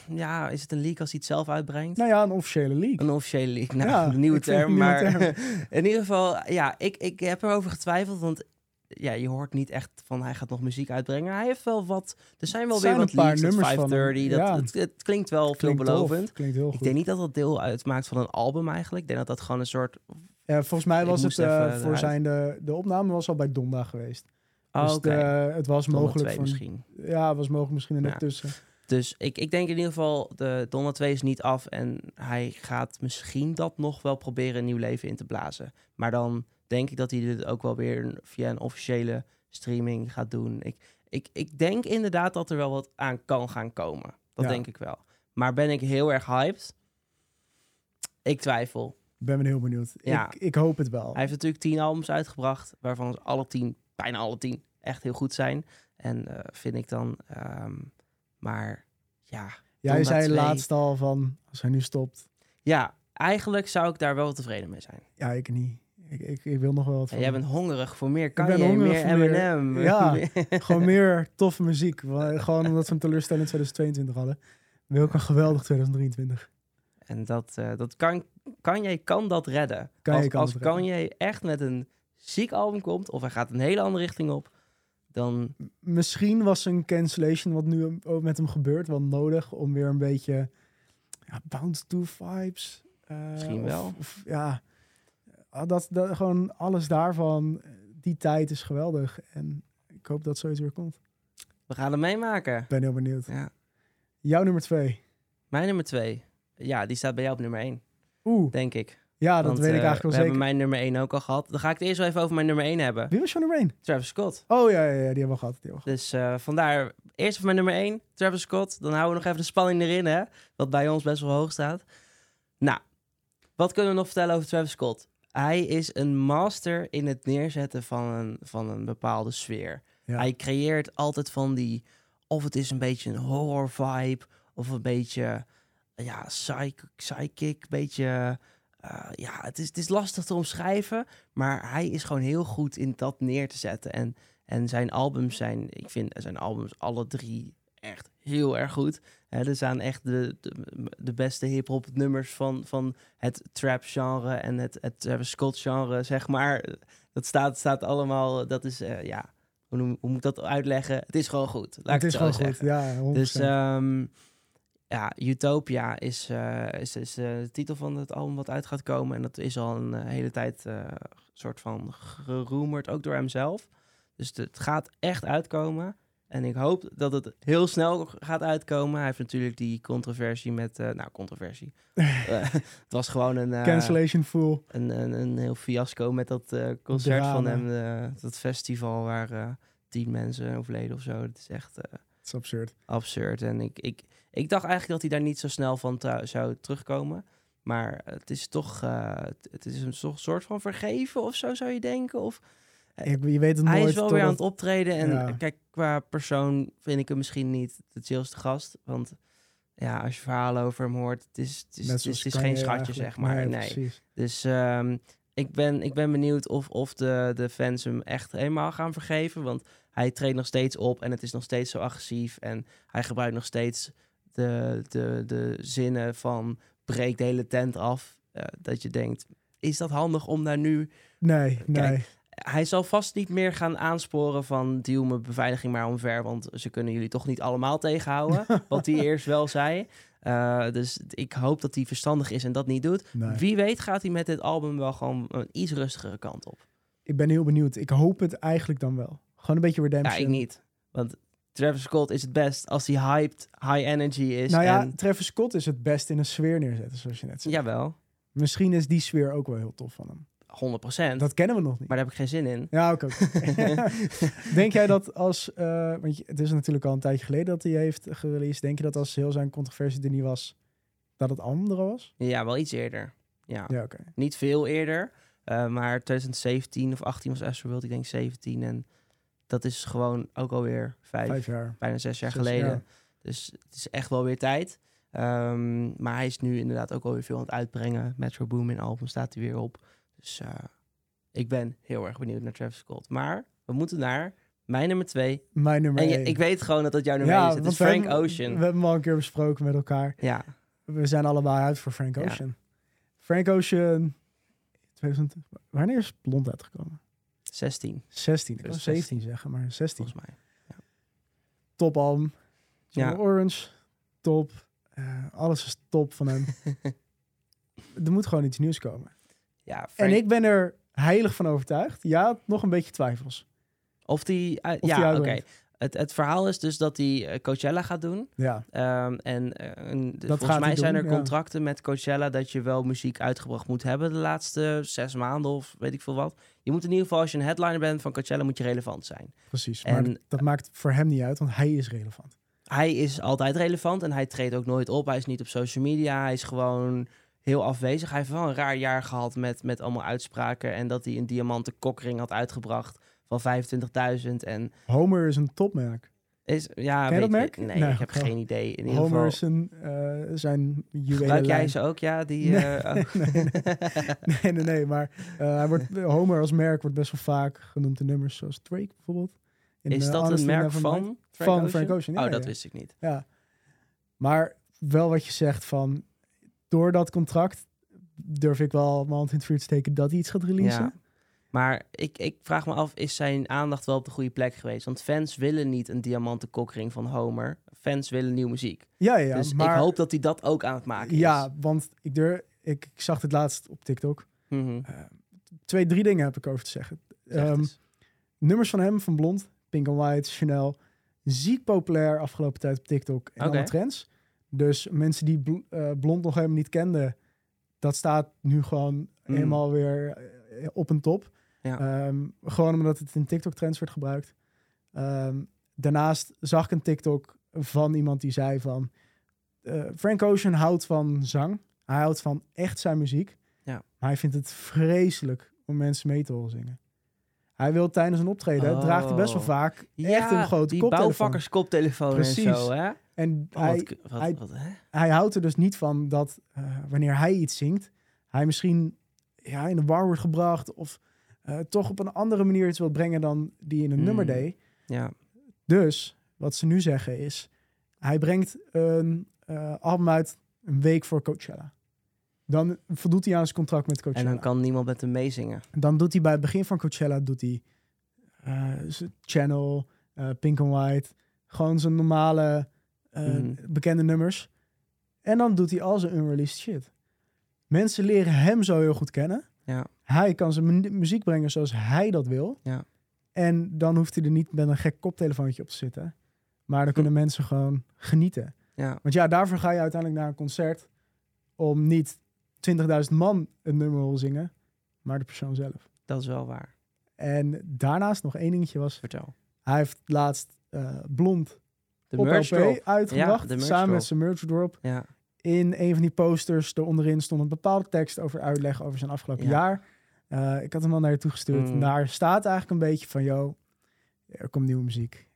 ja, is het een leak als hij het zelf uitbrengt?
Nou ja, een officiële leak.
Een officiële leak. Nou,
Ja,
een nieuwe
ik vind
term.
een
maar
nieuwe
in ieder geval, ja, ik, ik heb erover getwijfeld. Want ja, je hoort niet echt van hij gaat nog muziek uitbrengen. Hij heeft wel wat. Er zijn wel
Er zijn
weer wat
een paar
leaks. Dat
nummers van hem,
530. Dat,
ja.
het, het klinkt wel
Klinkt
veelbelovend.
tof, Klinkt heel
Ik
goed.
denk niet dat dat deel uitmaakt van een album eigenlijk. Ik denk dat dat gewoon een soort.
Eh, volgens mij
Ik
was het
moest
eh,
even
voor
eruit.
zijn... De, de opname was al bij Donda geweest.
Oh,
dus
oké.
de- het was
Donda
mogelijk...
2
van-
misschien.
Ja, het was mogelijk misschien er
Ja.
net tussen.
Dus ik, ik denk in ieder geval, de Donald 2 is niet af en hij gaat misschien dat nog wel proberen een nieuw leven in te blazen. Maar dan denk ik dat hij dit ook wel weer een- via een officiële streaming gaat doen. Ik, ik, ik denk inderdaad dat er wel wat aan kan gaan komen. Dat
Ja.
denk ik wel. Maar ben ik heel erg hyped? Ik twijfel.
Ik ben heel benieuwd.
Ja.
Ik, ik hoop het wel.
Hij heeft natuurlijk tien albums uitgebracht, waarvan alle tien, bijna alle tien, echt heel goed zijn. En eh, vind ik dan, ehm, maar ja,
Jij
Donda
zei
2.
laatst al van... Als hij nu stopt...
Ja, eigenlijk zou ik daar wel tevreden mee zijn.
Ja, ik niet. Ik, ik, ik wil nog wel wat
En
van.
jij bent hongerig voor meer
ben
Kanye,
hongerig
meer
voor meer-
M&M.
Ja. Gewoon meer toffe muziek. Wa- Gewoon omdat we een teleurstellend 2022 hadden. Wil ik een geweldig 2023.
en dat, eh, dat kan, Kanye kan dat redden.
Kanye
als
kan
als
dat redden.
Kanye echt met een ziek album komt, of hij gaat een hele andere richting op, dan...
Misschien was een cancellation wat nu ook met hem gebeurt wel nodig om weer een beetje ja, bounce to vibes. eh,
Misschien
of-
wel.
of- ja, Ah, dat, dat, gewoon alles daarvan. Die tijd is geweldig. En ik hoop dat zoiets weer komt.
We gaan het meemaken.
Ik ben heel benieuwd.
Ja.
Jouw nummer twee.
Mijn nummer twee. Ja, die staat bij jou op nummer één,
Oeh,
denk ik.
ja, dat
Want,
weet ik
eh,
eigenlijk wel
We
zeker.
hebben mijn nummer één ook al gehad. Dan ga ik het eerst wel even over mijn nummer één hebben.
Wie was jouw nummer één?
Travis Scott.
Oh ja, ja, ja, die hebben we gehad. Die hebben we
Dus eh, vandaar, eerst even mijn nummer 1, Travis Scott. Dan houden we nog even de spanning erin, hè. Wat bij ons best wel hoog staat. Nou, wat kunnen we nog vertellen over Travis Scott? Hij is een master in het neerzetten van een, van een bepaalde sfeer.
Ja.
Hij creëert altijd van die... Of het is een beetje een horror vibe. Of een beetje... Ja, psych, psychic. Beetje... eh, ja, het is, het is lastig te omschrijven. Maar hij is gewoon heel goed in dat neer te zetten. En en zijn albums zijn, ik vind zijn albums alle drie echt heel erg goed. Hè, er staan echt de, de, de beste hip-hop nummers van, van het trap genre en het, het Travis Scott genre, zeg maar. Dat staat, staat allemaal, dat is, eh, ja, hoe, noem- hoe moet ik dat uitleggen? Het is gewoon goed. Laat ik
gehad. Het is
zo
gewoon
zeggen.
goed. Ja, 100%.
Dus ehm, ja, Utopia is, eh, is, is eh, de titel van het album wat uit gaat komen. En dat is al een eh, hele tijd eh, soort van geroemerd, ook door hemzelf. Dus het- het gaat echt uitkomen. En ik hoop dat het heel snel gaat uitkomen. Hij heeft natuurlijk die controversie met... eh, nou, controversie. Eh, het was gewoon een... eh,
Cancellation Fool.
een, een, een heel fiasco met dat eh, concert
Drama.
van hem. eh, dat festival waar eh, tien mensen overleden of zo. Dat is echt... eh,
Dat is absurd.
absurd. En ik, ik, ik dacht eigenlijk dat hij daar niet zo snel van tru- zou terugkomen. Maar het is toch, eh, het- het is een so- soort van vergeven of zo zou je denken. Of
Ik, je weet het nooit.
hij is wel weer aan het
totdat-
optreden. En
Ja.
kijk, qua persoon vind ik hem misschien niet de chillste gast. Want ja, als je verhalen over hem hoort, het is, het is, het
Net
is,
zoals
het is
Kanye
geen schatje,
eigenlijk.
zeg maar. Nee.
precies.
Dus ehm, ik, ben, ik ben benieuwd of, of de, de fans hem echt helemaal gaan vergeven. Want hij treedt nog steeds op en het is nog steeds zo agressief. En hij gebruikt nog steeds de, de, de zinnen van breek de hele tent af. eh, dat je denkt, is dat handig om daar nu...
Nee, nee.
Kijk, hij zal vast niet meer gaan aansporen van duw mijn beveiliging maar omver, want ze kunnen jullie toch niet allemaal tegenhouden, wat hij eerst wel zei. Eh, dus ik hoop dat hij verstandig is en dat niet doet.
Nee.
Wie weet gaat hij met dit album wel gewoon een iets rustigere kant op.
Ik ben heel benieuwd. Ik hoop het eigenlijk dan wel. Gewoon een beetje
Ja,
redemption.
ik niet. Want Travis Scott is het best als hij hyped, high energy is.
Nou ja,
en,
Travis Scott is het best in een sfeer neerzetten, zoals je net zei.
jawel,
Misschien is die sfeer ook wel heel tof van hem.
100%.
Dat kennen we nog niet.
Mm. Maar daar heb ik geen zin in.
Ja, ook. denk jij dat als... eh, want je- het is natuurlijk al een tijdje geleden dat hij heeft gereleased. Denk je dat als heel zijn controversie er niet was, dat het andere was?
Ja, wel iets eerder. Ja.
Ja, oké.
Niet veel eerder. eh, maar 2017 of 18 was Astro World, ik denk 17. En dat is gewoon ook alweer vijf,
Vijf jaar.
bijna zes jaar
Zes
geleden.
jaar.
Dus het is echt wel weer tijd. Ehm, maar hij is nu inderdaad ook alweer veel aan het uitbrengen. Metro Boomin album staat hij weer op. Dus eh, ik ben heel erg benieuwd naar Travis Scott. Maar we moeten naar mijn nummer twee.
Mijn nummer
en je-
één.
ik weet gewoon dat dat jouw nummer één is. Het
want
is
we
Frank
hebben-
Ocean.
We hebben hem al een keer besproken met elkaar.
ja,
We zijn allebei uit voor Frank
Ja.
Ocean. Frank Ocean... 2000, wanneer is Blond uitgekomen?
16
16. Ik wil
2016.
17 zeggen, maar 16.
volgens mij.
Top album.
Ja.
Ja. Orange, top. Eh, alles is top van hem. er moet gewoon iets nieuws komen.
Ja,
En
Frank-
ik ben er heilig van overtuigd. Ja, nog een beetje twijfels.
Of die... eh,
Of die
ja, oké.
uitbrengt.
Het, het verhaal is dus dat hij eh, Coachella gaat doen.
Ja,
Ehm, en eh, een- volgens
gaat
mij
hij
zijn
doen,
er
ja.
contracten met Coachella dat je wel muziek uitgebracht moet hebben de laatste zes maanden of weet ik veel wat. Je moet in ieder geval, als je een headliner bent van Coachella, moet je relevant zijn.
precies. Maar
En-
dat, dat maakt voor hem niet uit, want hij is relevant.
Hij is altijd relevant en hij treedt ook nooit op. Hij is niet op social media, hij is gewoon heel afwezig. Hij heeft wel een raar jaar gehad met, met allemaal uitspraken en dat hij een diamanten kokring had uitgebracht van 25.000 en
Homer is een topmerk.
is ja
Ken je dat
weet
merk?
ik- nee,
Nee,
ik heb
oké.
geen idee in ieder
Homer
geval
is een, eh, zijn
gebruik jij
juwelenlijn.
ze ook ja die
Nee,
eh, oh.
nee, Nee, nee, nee. Maar eh, hij wordt, Homer als merk wordt best wel vaak genoemd in nummers zoals Drake bijvoorbeeld. In,
is
eh,
dat een
Honestly
merk van
Nevermind.
Frank
Van
Ocean?
Frank Ocean, ja,
oh, dat
ja.
wist ik niet.
Ja. Maar wel wat je zegt van... Door dat contract durf ik wel mijn hand in het vuur te steken dat hij iets gaat releasen.
Ja. Maar ik, ik vraag me af, is zijn aandacht wel op de goede plek geweest? Want fans willen niet een diamanten kokring van Homer. Fans willen nieuwe muziek.
Ja, ja.
dus
maar,
ik hoop dat hij dat ook aan het maken is.
Ja, want ik, durf, ik, ik zag dit laatst op TikTok. Ehm,
Mhm.
Twee, drie dingen heb ik over te zeggen.
Zeg het
Ehm,
eens.
nummers van hem, van Blond, Pink and White, Chanel. Ziek populair afgelopen tijd op TikTok en
Oké.
alle trends. Dus mensen die bl- eh, Blond nog helemaal niet kenden... dat staat nu gewoon helemaal weer eh, op een top.
Mm. Ja.
Ehm, gewoon omdat het in TikTok-trends wordt gebruikt. Ehm, daarnaast zag ik een TikTok van iemand die zei van... eh, Frank Ocean houdt van zang. Hij houdt van echt zijn muziek.
Ja.
Maar hij vindt het vreselijk om mensen mee te horen zingen. Hij wil tijdens een optreden,
Oh.
draagt hij best wel vaak echt
Ja,
een grote
die
koptelefoon.
bouwvakkerskoptelefoon en
Precies.
zo, hè?
En
Oh,
hij,
wat, k- wat,
hij-
wat, hè?
hij houdt er dus niet van dat eh, wanneer hij iets zingt, hij misschien ja, in de war wordt gebracht of eh, toch op een andere manier iets wil brengen dan die in een
Hmm.
nummer deed.
Ja,
Dus wat ze nu zeggen is, hij brengt een eh, album uit een week voor Coachella. Dan voldoet hij aan zijn contract met
en
Coachella.
dan kan niemand met hem meezingen.
Dan doet hij bij het begin van Coachella doet hij eh, zijn Channel, eh, Pink and White, gewoon zijn normale eh,
Mhm.
bekende nummers. En dan doet hij al zijn unreleased shit. Mensen leren hem zo heel goed kennen.
Ja.
Hij kan zijn mu- muziek brengen zoals hij dat wil.
Ja.
En dan hoeft hij er niet met een gek koptelefoontje op te zitten. Maar dan kunnen mensen gewoon genieten.
Hm. Ja,
Want ja, daarvoor ga je uiteindelijk naar een concert om niet 20.000 man een nummer te horen zingen, maar de persoon zelf.
dat is wel waar.
En daarnaast nog één dingetje was,
Vertel.
hij heeft laatst eh, Blond
De
op
merch
LP
drop.
uitgebracht,
de merch
samen
drop.
met zijn merch drop.
Ja,
In een van die posters, eronder stond een bepaalde tekst over uitleg over zijn afgelopen
Ja.
jaar. Eh, ik had hem al naar je toegestuurd.
Mm.
Daar staat eigenlijk een beetje van, yo, er komt nieuwe muziek.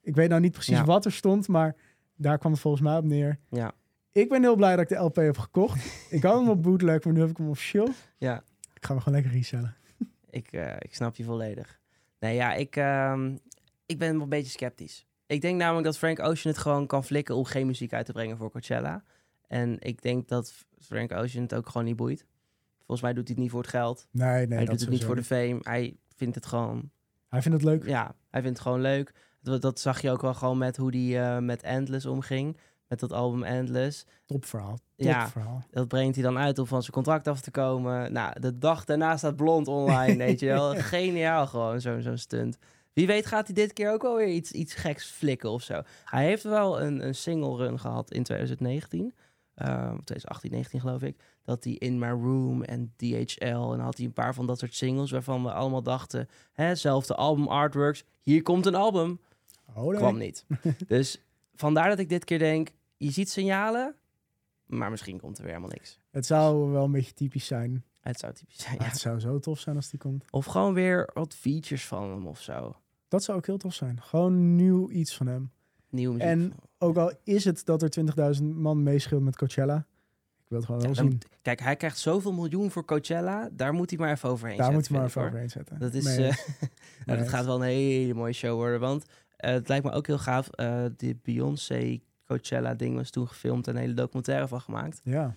Ik weet nou niet precies
Ja.
wat er stond, maar daar kwam het volgens mij op neer.
ja,
Ik ben heel blij dat ik de LP heb gekocht. ik had hem op bootleg, maar nu heb ik hem officieel.
ja.
Ik ga hem gewoon lekker resellen.
Ik, eh, ik snap je volledig. Nee, ja, ik, ehm, ik ben wel een beetje sceptisch. Ik denk namelijk dat Frank Ocean het gewoon kan flikken om geen muziek uit te brengen voor Coachella. En ik denk dat Frank Ocean het ook gewoon niet boeit. Volgens mij doet hij het niet voor het geld.
Nee, nee,
hij
dat
doet het niet
sowieso
voor de fame. Hij vindt het gewoon...
Hij vindt het leuk.
Ja, hij vindt het gewoon leuk. Dat, dat zag je ook wel gewoon met hoe die eh, met Endless omging. Met dat album Endless.
Topverhaal.
Ja.
Topverhaal.
Dat brengt hij dan uit om van zijn contract af te komen. Nou, de dag daarna staat Blond online, weet je wel. Geniaal gewoon, zo'n zo'n stunt. Wie weet gaat hij dit keer ook alweer iets, iets geks flikken of zo. Hij heeft wel een, een single run gehad in 2019. eh, 2018, 19 geloof ik. Dat hij In My Room en DHL... en had hij een paar van dat soort singles... waarvan we allemaal dachten... Hè, zelfde album artworks, hier komt een album
Oh, nee.
kwam niet. dus vandaar dat ik dit keer denk, je ziet signalen, maar misschien komt er weer helemaal niks.
Het zou wel een beetje typisch zijn.
Het zou typisch zijn.
Maar
Ja.
Het zou zo tof zijn als die komt.
Of gewoon weer wat features van hem of zo.
Dat zou ook heel tof zijn. Gewoon nieuw iets van hem.
Nieuwe muziek.
En
van-
ook al is het dat er 20.000 man meeschilt met Coachella. Ik wil het gewoon wel
Ja, dan
zien.
moet- kijk, hij krijgt zoveel miljoen voor Coachella, daar moet hij maar even overheen
Daar
zetten,
moet je maar
vind ik,
even
hoor.
overheen zetten.
Dat is,
Nee,
eh,
nee.
nou, dat gaat wel een hele mooie show worden, want eh, het lijkt me ook heel gaaf. eh die Beyoncé Coachella ding was toen gefilmd en een hele documentaire van gemaakt.
Ja,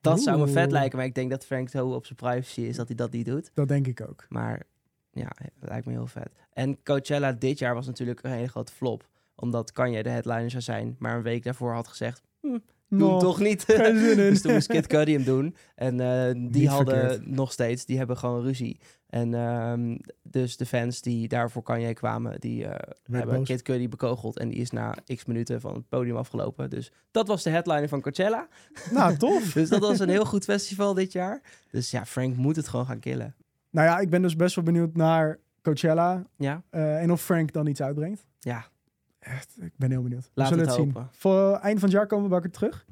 Dat zou me vet
Oeh.
lijken, maar ik denk dat Frank zo op zijn privacy is dat hij dat niet doet.
dat denk ik ook.
Maar ja, het lijkt me heel vet. En Coachella dit jaar was natuurlijk een hele grote flop. Omdat Kanye de headliner zou zijn. Maar een week daarvoor had gezegd, doe hem
Nou,
toch niet.
geen zin in.
dus toen moest Kid Cudi hem doen. En eh, die
Niet
hadden
verkeerd.
nog steeds, die hebben gewoon ruzie. En ehm, dus de fans die daarvoor Kanye kwamen, die eh, hebben
boos.
Kid Cudi bekogeld. En die is na x minuten van het podium afgelopen. Dus dat was de headliner van Coachella.
Nou, tof.
Dus dat was een heel goed festival dit jaar. Dus ja, Frank moet het gewoon gaan killen.
Nou ja, ik ben dus best wel benieuwd naar Coachella
Ja,
eh, en of Frank dan iets uitbrengt.
ja.
Echt, ik ben heel benieuwd. We
Laat
zullen
het
het, zien.
hopen.
Voor eind van het jaar komen we bij elkaar terug.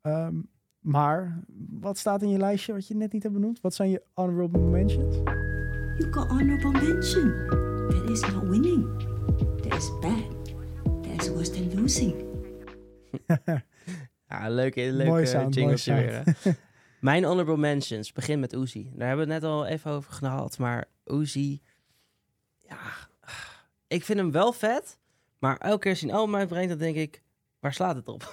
Ehm, maar wat staat in je lijstje wat je net niet hebt benoemd? Wat zijn je honorable mentions?
You got honorable mention. That is not winning. That is bad. That is worse than losing.
Ja, een leuke, een leuke
Mooi sound,
jingletje
mooi
weer. hè. Mijn honorable mentions begin met Uzi. Daar hebben we het net al even over gehad. Maar Uzi, ja, ik vind hem wel vet. Maar elke keer zien album uitbrengt, dan denk ik, waar slaat het op?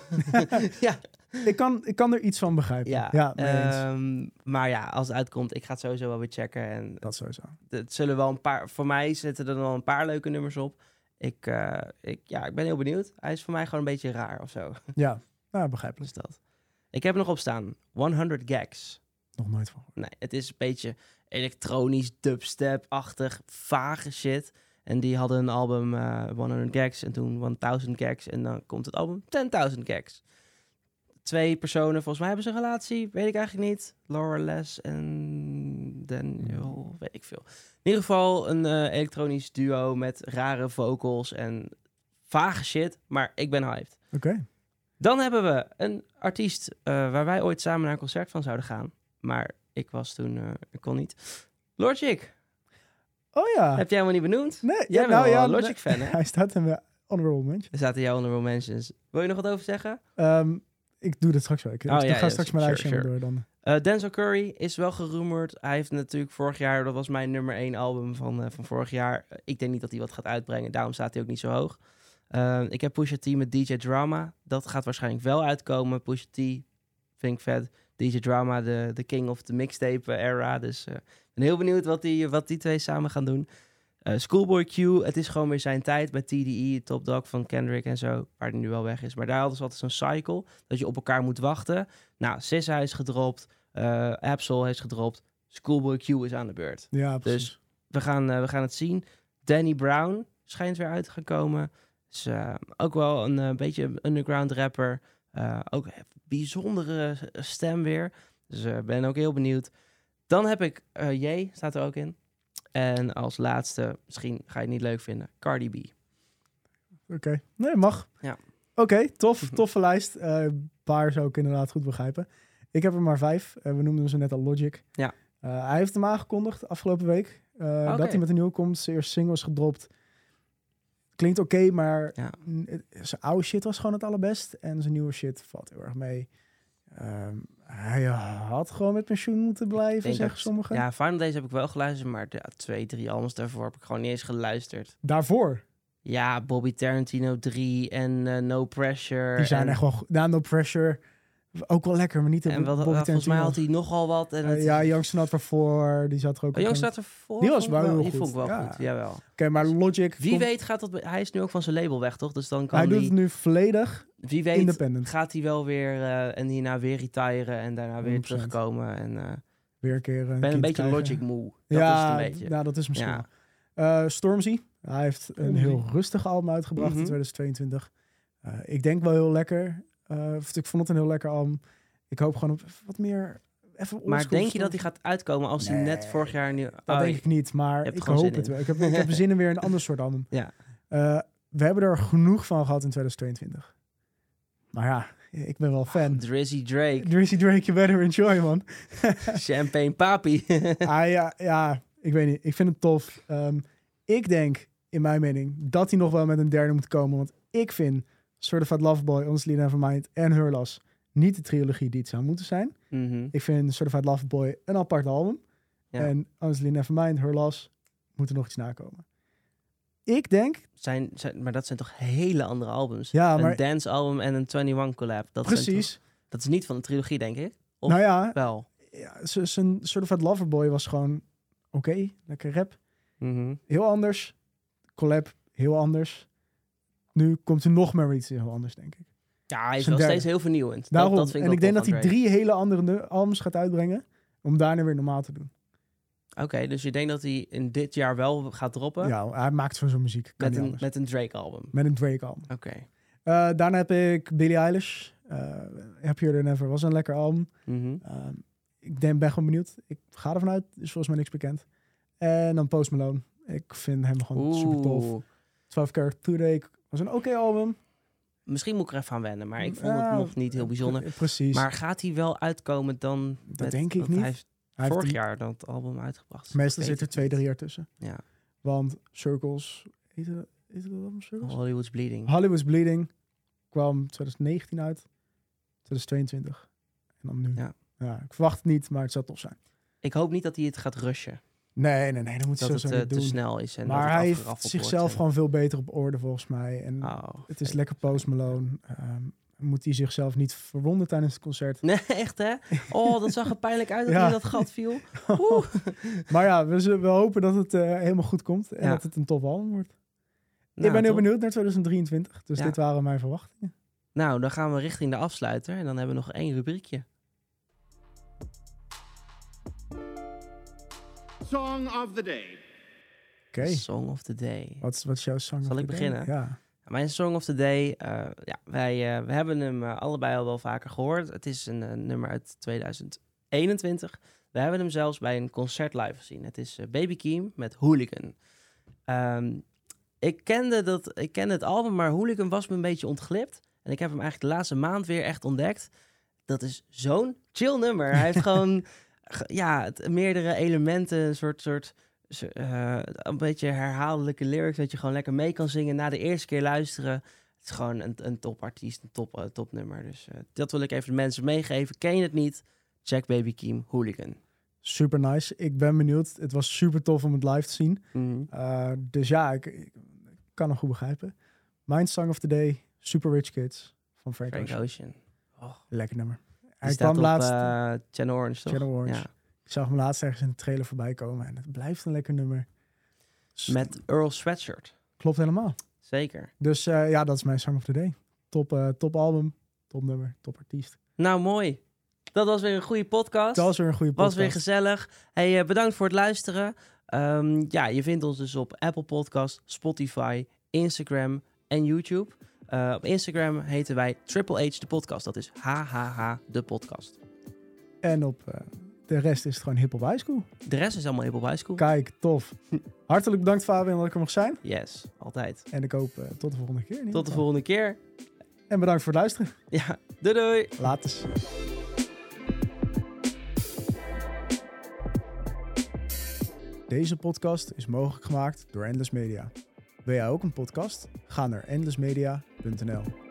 ja,
Ik kan, ik kan er iets van begrijpen.
ja.
Ja, mee eens.
ehm, maar ja, als het uitkomt, ik ga het sowieso wel weer checken. En
dat sowieso.
het zullen wel een paar, voor mij zitten er wel een paar leuke nummers op. Ik, eh, ik, ja, ik ben heel benieuwd. Hij is voor mij gewoon een beetje raar of zo.
Ja, nou, begrijpelijk.
Dus dat. Ik heb er nog op staan, 100 gags.
Nog nooit van. gehoord.
Nee, het is een beetje elektronisch, dubstep-achtig, vage shit. En die hadden een album eh 100 Gags en toen 1000 Gags. En dan komt het album 10.000 Gags. Twee personen, volgens mij hebben ze een relatie, weet ik eigenlijk niet. Laura Les en Daniel, weet ik veel. In ieder geval een eh, elektronisch duo met rare vocals en vage shit. Maar ik ben hyped.
Oké.
Dan hebben we een artiest eh, waar wij ooit samen naar een concert van zouden gaan. Maar ik was toen, eh, ik kon niet. Logic,
Oh ja.
heb jij helemaal niet benoemd?
Nee,
Jij
ja,
bent wel een
nee.
Logic-fan, hè?
Hij staat in mijn honorable mention.
Er zaten jouw honorable mentions. dus Wil je nog wat over zeggen?
Ehm, ik doe dat straks wel. Ik,
Oh,
ik
ja,
ga
ja,
straks
sure,
mijn lijstje
sure.
door dan.
Eh, Denzel Curry is wel gerumored. Hij heeft natuurlijk vorig jaar, dat was mijn nummer 1 album van, eh, van vorig jaar. Eh, Ik denk niet dat hij wat gaat uitbrengen, daarom staat hij ook niet zo hoog. Eh, ik heb Pusha T met DJ Drama. Dat gaat waarschijnlijk wel uitkomen. Pusha T vind ik vet. DJ Drama, de, de king of the mixtape eh, era. Dus eh, ik ben heel benieuwd wat die, wat die twee samen gaan doen. Eh, Schoolboy Q, het is gewoon weer zijn tijd met TDE, E, Top Dog van Kendrick en zo. Waar die nu wel weg is. Maar daar hadden ze altijd zo'n cycle, dat je op elkaar moet wachten. Nou, Sissa is gedropt. Eh, Absol heeft gedropt. Schoolboy Q is aan de beurt.
Ja, precies.
Dus- We gaan, eh, we gaan het zien. Danny Brown schijnt weer uit te gaan komen. Is eh, ook wel een eh, beetje een underground rapper. Eh, ook een bijzondere stem weer. Dus eh, ben ook heel benieuwd. Dan heb ik eh J, staat er ook in. En als laatste, misschien ga je het niet leuk vinden, Cardi B.
Oké. Nee, mag.
Ja.
Oké, tof. Toffe lijst. Eh, Een paar zou ik inderdaad goed begrijpen. Ik heb er maar vijf. Eh, we noemden hem zo net al Logic.
Ja.
Eh, hij heeft hem aangekondigd afgelopen week. eh, Dat hij met een nieuwe komt. Zijn eerste single is gedropt. Klinkt oké, maar
Ja.
n- het- zijn oude shit was gewoon het allerbest. En zijn nieuwe shit valt heel erg mee. Ehm, hij had gewoon met pensioen moeten blijven,
denk
zeggen
dat-
sommigen.
Ja, Final Days heb ik wel geluisterd, maar de twee, drie albums daarvoor heb ik gewoon niet eens geluisterd.
Daarvoor.
Ja, Bobby Tarantino 3 en eh, No Pressure.
Die zijn
en
echt wel goed. Nou, No Pressure Ook wel lekker, maar niet de
En wat, eh,
Bobby
volgens mij
Tarantino.
had hij nogal wat. En het,
Eh, ja, Young staat ervoor. Die zat er ook
Oh, Young
op.
staat ervoor.
Die was
vond ik
wel heel
Die vond ik wel
goed. Ja.
goed, jawel.
Oké, maar Logic...
Wie
komt-
weet gaat dat... Hij is nu ook van zijn label weg, toch? Dus dan kan
Hij
hij...
doet het nu volledig
wie weet
independent.
gaat hij wel weer... eh, en hierna weer retiren en daarna weer
100%.
terugkomen. En, eh,
Weer een keer
ik
een
ben een
kind
beetje
krijgen.
logic moe. Dat is het een beetje.
Nou, dat is misschien
Ja.
wel. Eh, Stormzy, hij heeft een
Stormzy.
heel rustig album uitgebracht
Mhm.
in 2022. Eh, ik denk wel heel lekker. Eh, of ik vond het een heel lekker album. Ik hoop gewoon op wat meer... Even
Maar
oldschool
denk je dat hij
Stormzy.
gaat uitkomen als hij net
Nee,
vorig jaar... Nu,
Dat
Oh,
denk ik niet, maar
hebt
ik
gewoon
hoop
zin
het
in.
wel. Ik heb, ik heb zin in weer een ander soort album.
Ja.
Eh, we hebben er genoeg van gehad in 2022. Maar ja, ik ben wel
Ah,
fan.
Drizzy Drake,
Drizzy Drake, you better enjoy, man.
Champagne Papi.
ah, ja, ja, ik weet niet. Ik vind het tof. Ehm, ik denk, in mijn mening, dat hij nog wel met een derde moet komen. Want ik vind Sort of Love Boy, Honestly Nevermind en Hurlas niet de trilogie die het zou moeten zijn.
Mhm.
Ik vind Sort of Love Boy een apart album.
Ja.
En Honestly Nevermind, Hurlas, moeten nog iets nakomen. Ik denk
zijn, zijn, maar dat zijn toch hele andere albums?
Ja, maar-
Een dance album en een 21 collab. Dat zijn
precies.
toch- dat is niet van de trilogie, denk ik. Of
Nou ja,
wel.
ja, z- zijn Sort of Loverboy was gewoon oké, lekker rap.
Mhm.
Heel anders. Collab, heel anders. Nu komt er nog maar iets heel anders, denk ik.
Ja, hij is
Zijn
wel
derde.
steeds heel vernieuwend.
Daarom.
dat, dat vind
en ik
wel
denk dat
tof
hij
aan Drake.
drie hele andere nu- albums gaat uitbrengen. Om daarna weer normaal te doen.
Oké, dus je denkt dat hij in dit jaar wel gaat droppen
Ja, hij maakt van zo'n muziek.
met,
Kan niet
een,
anders.
met een Drake album.
met een Drake album.
Oké.
Eh, daarna heb ik Billie Eilish. Eh Happier Than Ever was een lekker album.
Mhm.
Ehm, ik denk, ben gewoon benieuwd. Ik ga ervan uit. Is volgens mij niks bekend. En dan Post Malone. Ik vind hem gewoon super tof.
Oeh.
12 Karat Toothache was een oké album.
Misschien moet ik er even aan wennen, maar ik vond
Ja,
het nog niet heel bijzonder.
Pre- Eh, Precies.
Maar gaat hij wel uitkomen dan?
Dat
met-
denk ik
want
niet.
Hij heeft
Hij heeft
vorig
een-
jaar dat album uitgebracht.
Meestal
Ik weet
zit er
het
twee,
niet.
drie jaar tussen.
Ja.
Want Circles... Heet het, heet het album Circles?
Hollywood's Bleeding.
Hollywood's Bleeding kwam 2019 uit. 2022. En dan nu.
Ja.
Ja, ik verwacht het niet, maar het zou tof zijn.
Ik hoop niet dat hij het gaat rushen.
Nee, nee, nee. Dat moet je
dat het
sowieso
eh,
niet
te
doen.
snel is. En dat
maar
het
hij
afgeraffeld
heeft
wordt
zichzelf
en-
gewoon veel beter op orde volgens mij. En
Oh,
het is
vet.
lekker Post Malone. Ehm, moet hij zichzelf niet verwonden tijdens het concert.
Nee, echt hè? Oh, dat zag er pijnlijk uit dat
Ja.
hij in dat gat viel. Oeh.
Maar ja, we, zullen- we hopen dat het eh, helemaal goed komt en
Ja.
dat het een topalbum wordt.
Nou,
ik ben heel
toch?
benieuwd naar 2023, dus
Ja.
dit waren mijn verwachtingen.
Nou, dan gaan we richting de afsluiter. En dan hebben we nog één rubriekje.
Song of the day.
Oké,
Song of the Day.
wat, is- wat is jouw song?
Zal
of
ik
the day?
beginnen?
Ja.
Mijn Song of the Day, eh, ja, wij eh, we hebben hem eh, allebei al wel vaker gehoord. Het is een eh, nummer uit 2021. We hebben hem zelfs bij een concert live gezien. Het is eh, Baby Keem met Hooligan. Ehm, ik, kende dat, ik kende het album, maar Hooligan was me een beetje ontglipt. En ik heb hem eigenlijk de laatste maand weer echt ontdekt. Dat is zo'n chill nummer. Hij heeft gewoon ge- ja, het- meerdere elementen, een soort... soort ze- eh, een beetje herhaaldelijke lyrics, dat je gewoon lekker mee kan zingen na de eerste keer luisteren. Het is gewoon een, een topartiest, een top, eh, topnummer. Dus eh, dat wil ik even de mensen meegeven. Ken je het niet? Check Baby Keem Hooligan.
Super nice. Ik ben benieuwd. Het was super tof om het live te zien. Eh, dus ja, ik, ik kan hem goed begrijpen. Mijn song of the day, Super Rich Kids van Frank,
Frank
Ocean.
Ocean. Oh,
Lekker nummer.
die
Hij
staat
kwam
op
laatst,
eh, Channel Orange, toch?
Channel Orange.
Ja.
ik zag hem laatst ergens in de trailer voorbij komen en het blijft een lekker nummer. Dus
Met Earl Sweatshirt.
Klopt helemaal.
Zeker.
Dus eh, ja, dat is mijn Song of the Day. Top, eh, top album, top nummer, top artiest.
Nou, mooi. Dat was weer een goede podcast.
Dat was weer een goede
Was
podcast.
weer gezellig. Hey, eh, bedankt voor het luisteren. Ehm, ja, je vindt ons dus op Apple Podcast, Spotify, Instagram en YouTube. Eh, op Instagram heten wij Triple H de podcast. Dat is HHH de podcast.
En op eh, de rest is het gewoon hiphop high school.
De rest is allemaal Apple High School.
Kijk, tof. Hartelijk bedankt Fabian dat ik er mocht zijn.
Yes, altijd.
En ik hoop eh, tot de volgende keer. in ieder
Tot de
geval.
volgende keer.
En bedankt voor het luisteren.
Ja, doei doei.
Laters. Deze podcast is mogelijk gemaakt door Endless Media. Wil jij ook een podcast? Ga naar endlessmedia.nl